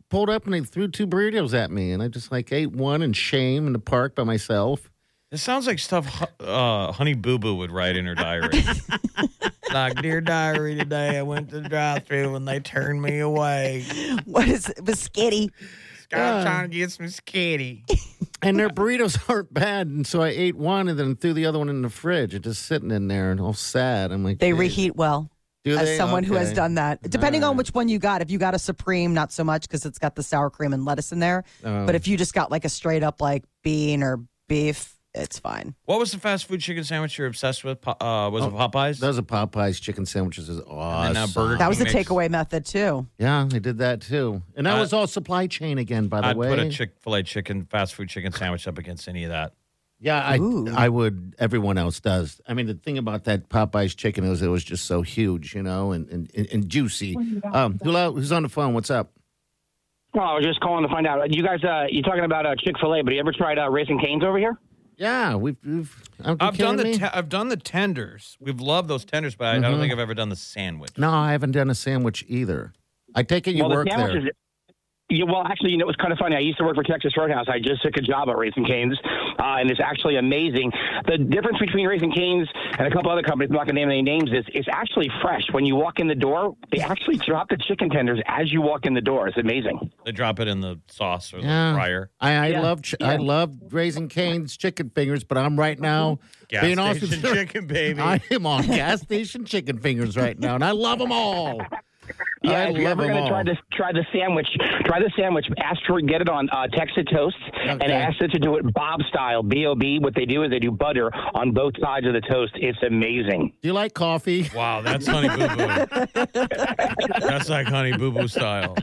pulled up and they threw two burritos at me, and I just like ate one in shame in the park by myself. It sounds like stuff hu- uh, Honey Boo Boo would write in her diary. like, dear diary, today I went to the drive through and they turned me away. What is it? Was skitty. Uh. I'm trying to get some skitty. And their burritos aren't bad, and so I ate one and then threw the other one in the fridge, and just sitting in there and all sad. I'm like, They "Geez." reheat well. Do as they? someone who has Okay. done that, depending Alright. on which one you got. If you got a supreme, not so much because it's got the sour cream and lettuce in there. Oh. But if you just got like a straight up like bean or beef, it's fine. What was the fast food chicken sandwich you're obsessed with? Po- Uh, was Oh, it Popeyes? Those are Popeyes chicken sandwiches is awesome. And then, uh, Burger That was the King makes- takeaway method too. Yeah, they did that too, and that Uh, was all supply chain again. By the I'd way, put a Chick fil A chicken, fast food chicken sandwich up against any of that. Yeah, I I would. Everyone else does. I mean, the thing about that Popeyes chicken is it was just so huge, you know, and and, and, and juicy. Um, hello, who's on the phone? What's up? Well, I was just calling to find out. You guys, uh, you talking about uh, Chick Fil A? But you ever tried uh, Racing Canes over here? Yeah, we've. we've are you I've kidding done the me? Mm-hmm. te- I've done the tenders. We've loved those tenders, but I, I don't think I've ever done the sandwich. no, I haven't done a sandwich either. I take it you well, work the there. sandwiches- Yeah, well, actually, you know, it was kind of funny. I used to work for Texas Roadhouse. I just took a job at Raising Canes, uh, and it's actually amazing. The difference between Raising Canes and a couple other companies, I'm not going to name any names, is it's actually fresh. When you walk in the door, they actually drop the chicken tenders as you walk in the door. It's amazing. They drop it in the sauce or Yeah. the fryer. I, I love ch- I love raising Cane's chicken fingers, but I'm Uh-huh. right now Gas being off station chicken, baby. I am on gas station chicken fingers right now, and I love them all. Yeah, I if you're love ever them gonna all. try the try the sandwich, try the sandwich. Ask for get it on uh, Texas toast, and ask it to do it Bob style, B O B. What they do is they do butter on both sides of the toast. It's amazing. Do you like coffee? Wow, that's honey boo boo. that's like honey boo boo style.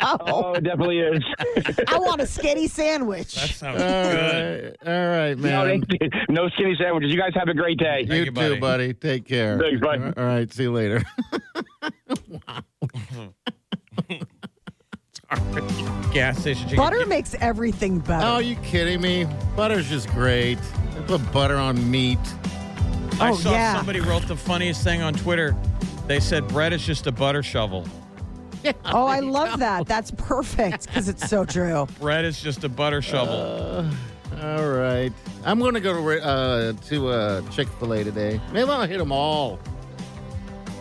Oh, it definitely is. I want a skinny sandwich. sounds good. all right, man. No, skinny sandwiches. You guys have a great day. You, too, buddy. Take care. Thanks, bye. All right, see you later. Uh, Gas station chicken. Butter makes everything better. Oh, you kidding me? Butter's just great. They put butter on meat. I Oh, saw yeah. somebody wrote the funniest thing on Twitter. They said bread is just a butter shovel. oh, I love that. That's perfect because it's so true. Bread is just a butter shovel. Uh. All right. I'm going to go to re- uh, to uh, Chick fil A today. Maybe I'll hit them all.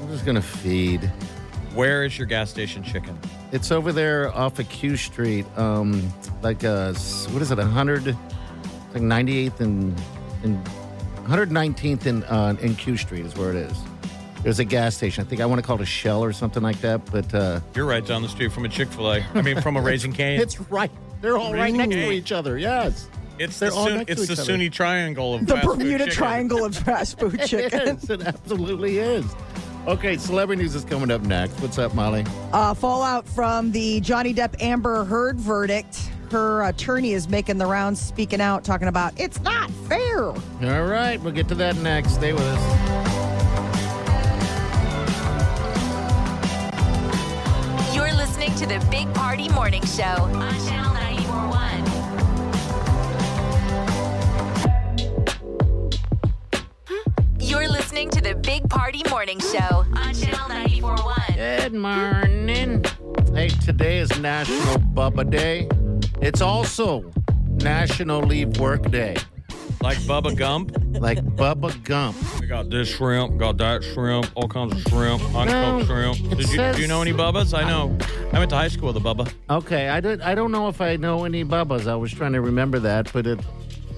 I'm just going to feed. Where is your gas station chicken? It's over there off of Q Street. Um, like uh, s- what is it? 100, it's like 98th and and 119th and uh, in Q Street is where it is. There's a gas station. I think I want to call it a Shell or something like that. But uh, You're right down the street from a Chick fil A. I mean, from a Raising Cane. it's right. They're all right Raising next to Cane. each other. Yes. It's They're the, all Sun- next to it's each the other. Sunni Triangle of The fast food Bermuda chicken. Triangle of fast food chicken. Yes, it absolutely is. Okay, celebrity news is coming up next. What's up, Molly? Uh, fallout from the Johnny Depp Amber Heard verdict. Her attorney is making the rounds, speaking out, talking about it's not fair. All right, we'll get to that next. Stay with us. You're listening to the Big Party Morning Show on Channel 941. You're listening to the Big Party Morning Show on Channel 941. Good morning. Hey, today is National Bubba Day. It's also National Leave Work Day. Like Bubba Gump? Like Bubba Gump. We got this shrimp, got that shrimp, all kinds of shrimp, honeycomb No, shrimp. it Did you, says- do you know any Bubbas? I know. I went to high school with a Bubba. Okay, I don't. I don't know if I know any Bubbas. I was trying to remember that, but it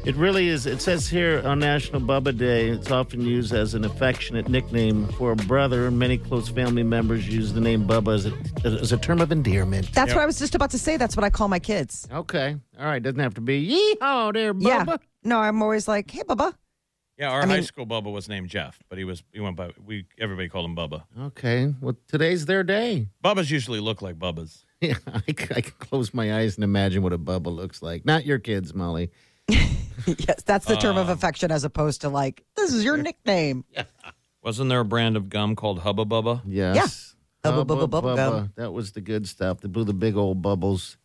it really is. It says here on National Bubba Day, it's often used as an affectionate nickname for a brother. Many close family members use the name Bubba as a, as a term of endearment. That's what I was just about to say. That's what I call my kids. Okay, all right. Doesn't have to be. Yeehaw, there, Bubba. Yeah. No, I'm always like, hey, Bubba. Yeah, our I high mean- school Bubba was named Jeff, but he was he went by we everybody called him Bubba. Okay, well, today's their day. Bubba's usually look like Bubba's. Yeah, I, c- I can close my eyes and imagine what a Bubba looks like. Not your kids, Molly. yes, that's the term of affection as opposed to like, this is your nickname. Wasn't there a brand of gum called Hubba Bubba? Yes. Yeah. Hubba Bubba Bubba Gum. That was the good stuff. They blew the big old bubbles.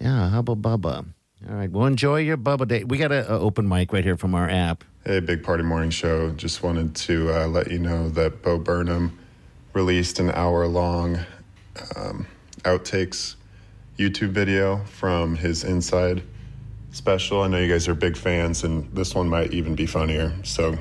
Yeah, hubba bubba. All right. Well, enjoy your bubba day. We got an open mic right here from our app. Hey, Big Party Morning Show. Just wanted to uh, let you know that Bo Burnham released an hour long um, outtakes YouTube video from his Inside special. I know you guys are big fans, and this one might even be funnier. So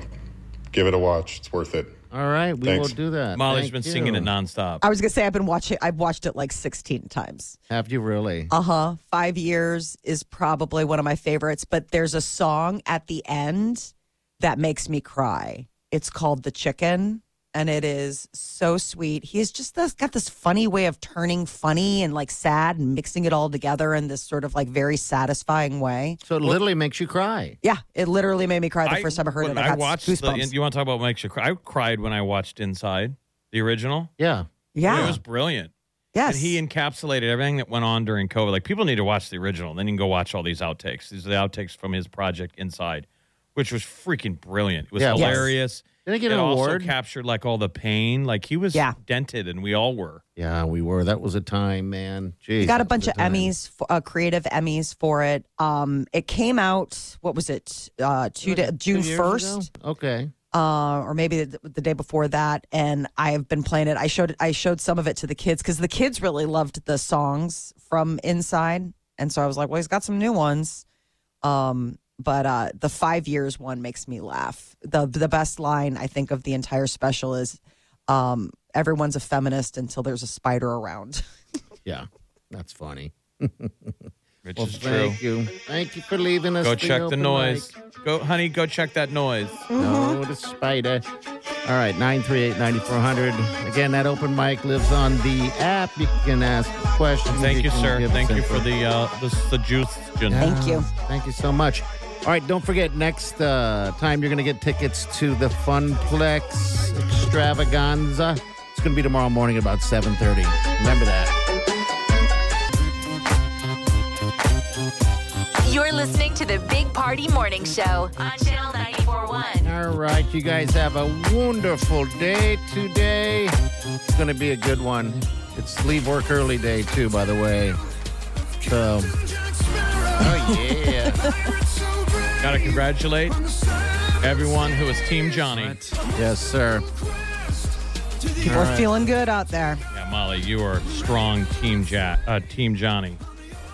give it a watch, it's worth it. All right. We Thanks. will do that. Molly's Thank been you. singing it nonstop. I was going to say, I've been watching, I've watched it like 16 times. Have you really? Uh huh. Five years is probably one of my favorites, but there's a song at the end that makes me cry. It's called The Chicken, and it is so sweet. He's just this, got this funny way of turning funny and like sad and mixing it all together in this sort of like very satisfying way. So it literally makes you cry. Yeah, it literally made me cry the first time I heard when it. I, got watched goosebumps. the. You want to talk about what makes you cry? I cried when I watched Inside the original. Yeah. it yeah. was brilliant. Yes. and he encapsulated everything that went on during COVID. Like people need to watch the original, and then you can go watch all these outtakes. These are the outtakes from his project Inside. which was freaking brilliant. It was Yeah, it was. hilarious. Didn't it get an also award? captured like all the pain. Like he was dented, and we all were. Yeah, we were. That was a time, man. Jeez. We got that a was bunch of time. Emmys, f- uh, creative Emmys for it. Um, it came out. What was it? Uh, two da- June years first. ago? Okay. Uh, or maybe the, the day before that, and I have been playing it. I showed I showed some of it to the kids because the kids really loved the songs from Inside, and so I was like, "Well, he's got some new ones." Um, but uh, the five years one makes me laugh. the The best line I think of the entire special is, um, "Everyone's a feminist until there's a spider around." Yeah, that's funny. Which Well, is thank true. you. Thank you for leaving us. Go for check the open noise. mic. Go, honey. Go check that noise. No, the spider. All right, 938 9400. Again, that open mic lives on the app. You can ask questions. Thank you, can sir. give us Thank you info. for the uh, the suggestion. Thank you. Thank you so much. All right, don't forget next uh, time you're going to get tickets to the Funplex Extravaganza. It's going to be tomorrow morning at about 7:30. Remember that. You're listening to the Big Party Morning Show on Channel 941. All right, you guys have a wonderful day today. It's going to be a good one. It's leave work early day too, by the way. So, oh yeah. Gotta congratulate everyone who is Team Johnny. Yes, sir. People are feeling good out there. Yeah, Molly, you are strong Team ja- uh, Team Johnny.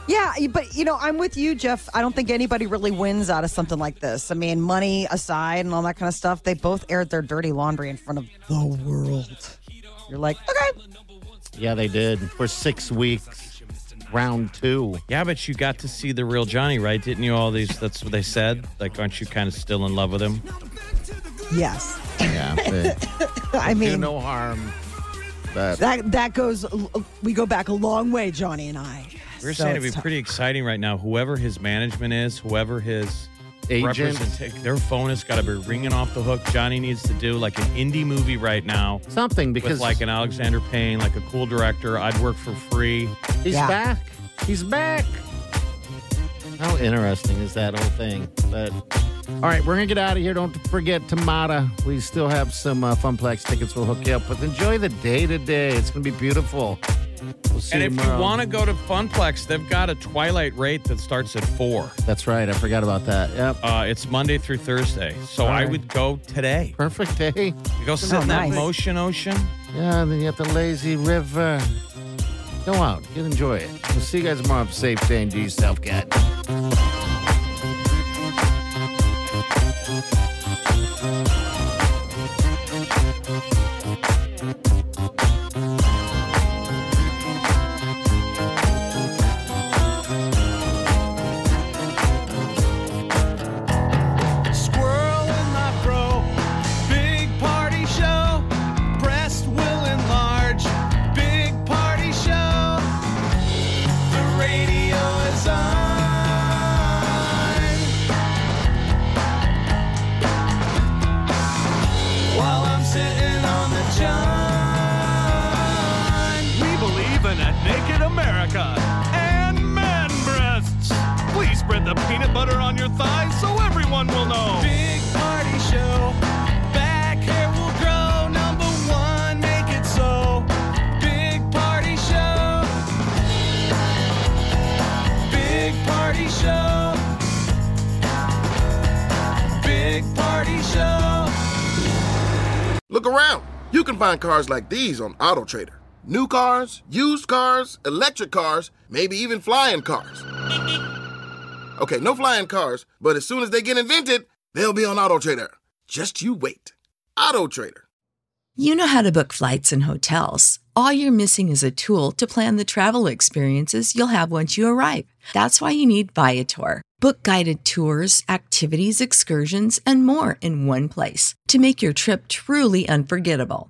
Yeah, but you know, I'm with you, Jeff. I don't think anybody really wins out of something like this. I mean, money aside and all that kind of stuff, they both aired their dirty laundry in front of the world. You're like, okay. Yeah, they did for six weeks. Round two. Yeah, but you got to see the real Johnny, right? Didn't you? All these. That's what they said. Like, aren't you kind of still in love with him? Yes. Yeah. but- I do mean, no harm. But that that goes. We go back a long way, Johnny and I. We We're So saying it'd it's be tough. pretty exciting right now. Whoever his management is, whoever his Agent. represent- their phone has got to be ringing off the hook. Johnny needs to do like an indie movie right now. Something because- with like an Alexander Payne, like a cool director. I'd work for free. He's Yeah. back. He's back. How interesting is that whole thing? But all right, we're gonna get out of here. Don't forget Tomata. We still have some uh, Funplex tickets. We'll hook you up. But enjoy the day today. It's gonna be beautiful. We'll see and you if tomorrow. you want to go to Funplex, they've got a twilight rate that starts at four. That's right. I forgot about that. Yep. Uh, it's Monday through Thursday, so All I right. would go today. Perfect day. You go sit Oh, in that nice. motion ocean. Yeah, and then you have the lazy river. Go out. Get enjoy it. We'll see you guys tomorrow. Have a safe day and do yourself good. Squirrel in my fro. Big party show. Breast will enlarge. Big party show. The radio is on. While I'm sitting on the john. We believe in a naked America and man breasts. Please spread the peanut butter on your thighs so everyone will know. Big party show. Back hair will grow. Number one, make it so. Big party show. Big party show. Big party show. Look around. You can find cars like these on AutoTrader. New cars, used cars, electric cars, maybe even flying cars. Okay, no flying cars, but as soon as they get invented, they'll be on AutoTrader. Just you wait. AutoTrader. You know how to book flights and hotels. All you're missing is a tool to plan the travel experiences you'll have once you arrive. That's why you need Viator. Book guided tours, activities, excursions, and more in one place to make your trip truly unforgettable.